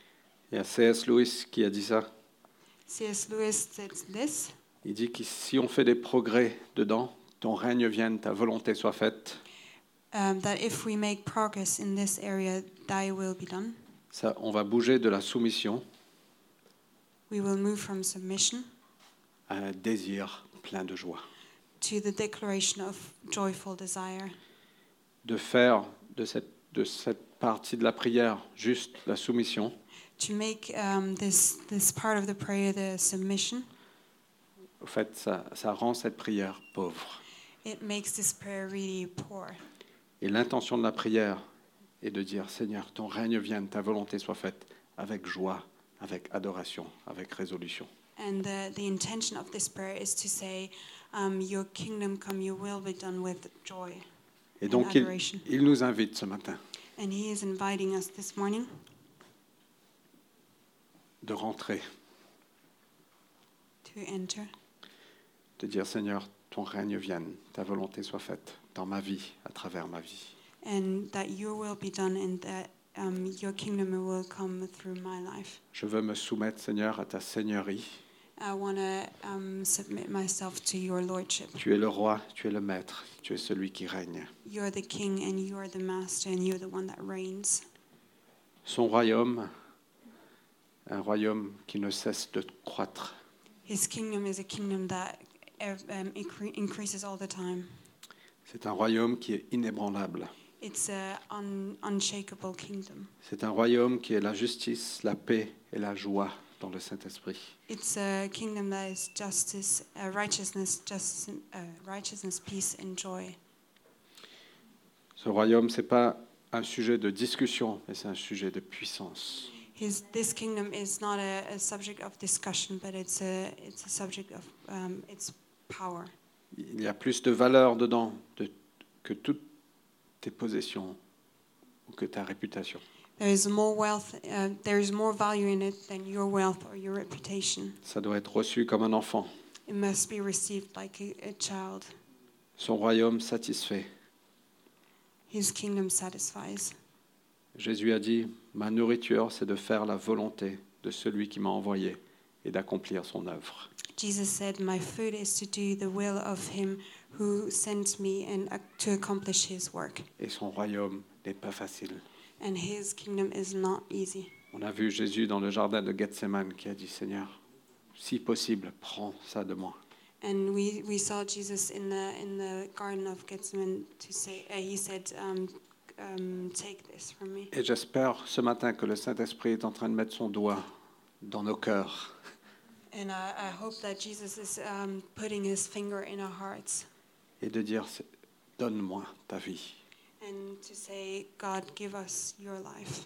[SPEAKER 1] Il y a C.S. Lewis qui a dit ça.
[SPEAKER 2] C.S. Lewis said this
[SPEAKER 1] Il dit que si on fait des progrès dedans, ton règne vienne, ta volonté soit faite,
[SPEAKER 2] um, that if we make progress in this area, thy will be done.
[SPEAKER 1] ça, on va bouger de la soumission
[SPEAKER 2] We will move from submission
[SPEAKER 1] à un désir plein de joie,
[SPEAKER 2] to the declaration of joyful desire,
[SPEAKER 1] de faire de cette, de cette partie de la prière juste la soumission
[SPEAKER 2] to make um, this, this part of the prayer the submission.
[SPEAKER 1] Au fait, ça, ça rend cette prière pauvre.
[SPEAKER 2] It makes this prayer really poor.
[SPEAKER 1] Et l'intention de la prière est de dire Seigneur, ton règne vienne, ta volonté soit faite, avec joie, avec adoration, avec résolution.
[SPEAKER 2] And the, the intention of this prayer is to say, um, Your kingdom come, your will be done with joy.
[SPEAKER 1] Et
[SPEAKER 2] And
[SPEAKER 1] donc, il,
[SPEAKER 2] adoration.
[SPEAKER 1] il nous invite ce matin
[SPEAKER 2] And He is inviting us this morning
[SPEAKER 1] de rentrer,
[SPEAKER 2] to enter,
[SPEAKER 1] de dire Seigneur, ton règne vienne, ta volonté soit faite dans ma vie, à travers ma vie.
[SPEAKER 2] and that Your will be done, and that um, Your kingdom will come through my life.
[SPEAKER 1] Je veux me soumettre, Seigneur, à ta seigneurie.
[SPEAKER 2] I want to um, submit myself to Your Lordship.
[SPEAKER 1] Tu es le roi, tu es le maître, tu es celui qui règne.
[SPEAKER 2] You're the King, and You're the Master, and You're the one that reigns.
[SPEAKER 1] Son royaume, un royaume qui ne cesse de croître.
[SPEAKER 2] His kingdom is a kingdom that ev- um, incre- increases all the time.
[SPEAKER 1] C'est un royaume qui est inébranlable.
[SPEAKER 2] It's an un- unshakable kingdom.
[SPEAKER 1] C'est un royaume qui est la justice, la paix et la joie dans le Saint-Esprit.
[SPEAKER 2] It's a kingdom that is justice, uh, righteousness, justice, and- uh, righteousness, peace, and joy.
[SPEAKER 1] Ce royaume, ce n'est pas un sujet de discussion, mais c'est un sujet de puissance.
[SPEAKER 2] His, this kingdom is not a, a subject of discussion, but it's a it's a subject of um, its power.
[SPEAKER 1] Il y a plus de valeur dedans de- que toutes tes possessions ou que ta réputation.
[SPEAKER 2] There is more wealth. Uh, there is more value in it than your wealth or your reputation.
[SPEAKER 1] Ça doit être reçu comme un enfant.
[SPEAKER 2] It must be received like a, a child.
[SPEAKER 1] Son royaume satisfait.
[SPEAKER 2] His kingdom satisfies.
[SPEAKER 1] Jésus a dit, ma nourriture, c'est de faire la volonté de celui qui m'a envoyé et d'accomplir son œuvre.
[SPEAKER 2] Jesus said, "My food is to do the will of Him who sent me and ac- to accomplish His work."
[SPEAKER 1] Et son royaume n'est pas facile.
[SPEAKER 2] And his kingdom is not easy.
[SPEAKER 1] On a vu Jésus dans le jardin de Gethsemane qui a dit Seigneur, si possible, prends ça de moi.
[SPEAKER 2] And we, we saw Jesus in the in the Garden of Gethsemane to say uh, he said, um, um, "Take this from me."
[SPEAKER 1] Et j'espère ce matin que le Saint-Esprit est en train de mettre son doigt dans nos cœurs
[SPEAKER 2] And I, I hope that Jesus is um, putting his finger in our hearts
[SPEAKER 1] et de dire C'est- Donne-moi ta vie.
[SPEAKER 2] and to say, "God, give us your life."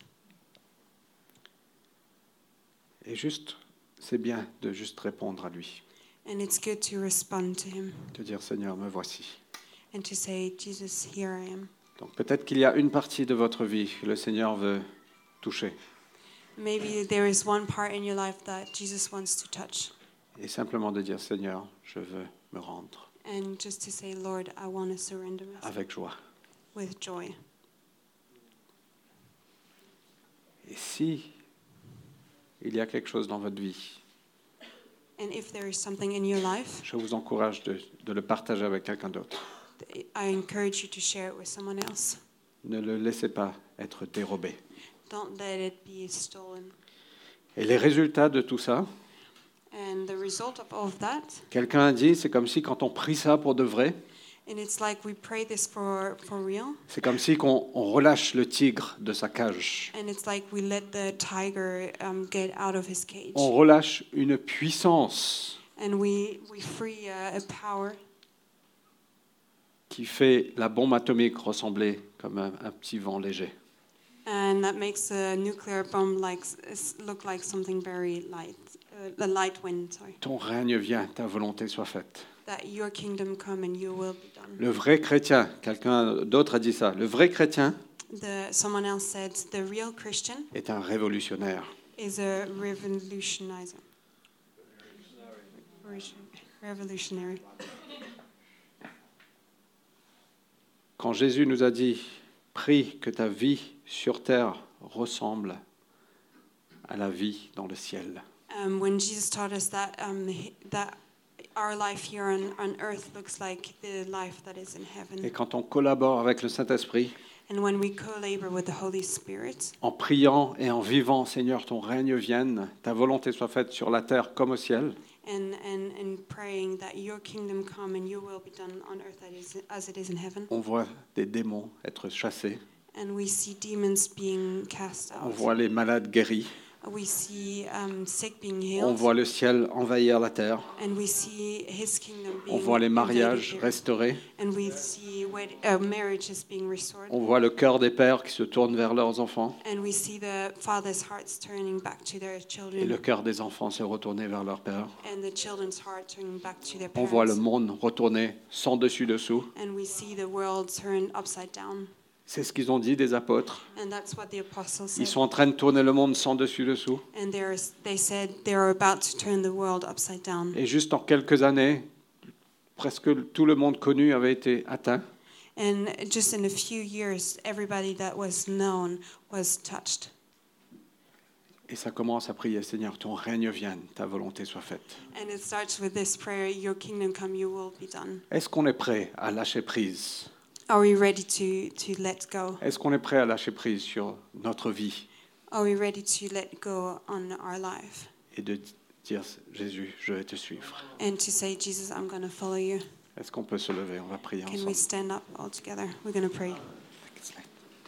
[SPEAKER 1] Et juste, c'est bien de juste répondre à lui,
[SPEAKER 2] And it's good to respond to him
[SPEAKER 1] de dire Seigneur, me voici.
[SPEAKER 2] and to say, "Jesus, here I am."
[SPEAKER 1] Donc peut-être qu'il y a une partie de votre vie que le Seigneur veut toucher.
[SPEAKER 2] Maybe there is one part in your life that Jesus wants to touch,
[SPEAKER 1] Et simplement de dire Seigneur, je veux me rendre
[SPEAKER 2] and just to say, "Lord, I want to surrender myself
[SPEAKER 1] avec joie.
[SPEAKER 2] with joy."
[SPEAKER 1] Et si il y a quelque chose dans votre vie
[SPEAKER 2] And if there is something in your life,
[SPEAKER 1] Je vous encourage de, de le partager avec quelqu'un d'autre.
[SPEAKER 2] I encourage you to share it with someone else.
[SPEAKER 1] Ne le laissez pas être dérobé.
[SPEAKER 2] Don't let it be stolen.
[SPEAKER 1] Et les résultats de tout ça,
[SPEAKER 2] And the result of all of that
[SPEAKER 1] quelqu'un a dit, c'est comme si quand on prie ça pour de vrai,
[SPEAKER 2] And it's like we pray this for, for real.
[SPEAKER 1] C'est comme si qu'on on relâche le tigre de sa cage.
[SPEAKER 2] And it's like we let the tiger um, get out of his cage.
[SPEAKER 1] On relâche une puissance
[SPEAKER 2] And we, we free uh, a power
[SPEAKER 1] qui fait la bombe atomique ressembler comme un, un petit vent léger.
[SPEAKER 2] and that makes a nuclear bomb like s- s- look like something very light, uh, the light wind. Sorry,
[SPEAKER 1] Ton règne vient, ta volonté soit faite.
[SPEAKER 2] that your kingdom come and your will be done.
[SPEAKER 1] Le vrai chrétien, quelqu'un d'autre a dit ça, le vrai chrétien
[SPEAKER 2] The, someone else said the real Christian
[SPEAKER 1] est un révolutionnaire.
[SPEAKER 2] is a revolutionizer. Revolutionary.
[SPEAKER 1] Quand Jésus nous a dit, prie que ta vie sur terre ressemble à la vie dans le ciel.
[SPEAKER 2] Um, when Jesus taught us that um, h- that our life here on, on earth looks like the life that is in
[SPEAKER 1] Et
[SPEAKER 2] heaven,
[SPEAKER 1] quand on collabore avec le Saint-Esprit,
[SPEAKER 2] and when we co-labor with the Holy Spirit,
[SPEAKER 1] en priant et en vivant, Seigneur, ton règne vienne, ta volonté soit faite sur la terre comme au ciel,
[SPEAKER 2] and, and, and praying that your kingdom come and your will be done on earth that is, as it is in heaven.
[SPEAKER 1] on voit des démons être chassés,
[SPEAKER 2] And we see demons being cast
[SPEAKER 1] on
[SPEAKER 2] out.
[SPEAKER 1] voit les malades guéris,
[SPEAKER 2] We see um, sick being
[SPEAKER 1] on
[SPEAKER 2] healed.
[SPEAKER 1] voit le ciel envahir la terre,
[SPEAKER 2] And we see his kingdom being
[SPEAKER 1] on voit les
[SPEAKER 2] invaded
[SPEAKER 1] mariages
[SPEAKER 2] here.
[SPEAKER 1] restaurés,
[SPEAKER 2] And we see wed- uh, marriages being restored.
[SPEAKER 1] on voit le cœur des pères qui se tourne vers leurs enfants,
[SPEAKER 2] And we see the fathers' hearts turning back to their
[SPEAKER 1] et
[SPEAKER 2] children.
[SPEAKER 1] le cœur des enfants se retourner vers leur père.
[SPEAKER 2] And the children's heart turning back to their
[SPEAKER 1] On voit le
[SPEAKER 2] parents.
[SPEAKER 1] monde retourner sans dessus-dessous.
[SPEAKER 2] And we see the world turned upside down.
[SPEAKER 1] C'est ce qu'ils ont dit des apôtres.
[SPEAKER 2] And that's what the apostles
[SPEAKER 1] Ils
[SPEAKER 2] said.
[SPEAKER 1] sont en train de tourner le monde sans dessus-dessous.
[SPEAKER 2] And there is, they said they are about to turn the world upside down.
[SPEAKER 1] Et juste en quelques années, presque tout le monde connu avait été atteint.
[SPEAKER 2] And just in a few years, everybody that was known was touched.
[SPEAKER 1] Et ça commence à prier, Seigneur, ton règne vienne, ta volonté soit faite.
[SPEAKER 2] And it starts with this prayer Your kingdom come, your will be done.
[SPEAKER 1] Est-ce qu'on est prêt à lâcher prise
[SPEAKER 2] Are we ready to, to let go?
[SPEAKER 1] Est-ce qu'on est prêt à lâcher prise sur notre vie
[SPEAKER 2] Are we ready to let go on our life
[SPEAKER 1] et de dire, Jésus, je vais te suivre
[SPEAKER 2] and to say, Jesus, I'm going to follow you?
[SPEAKER 1] Est-ce qu'on peut se lever On va prier
[SPEAKER 2] Can we
[SPEAKER 1] ensemble.
[SPEAKER 2] stand up all together? We're going to pray.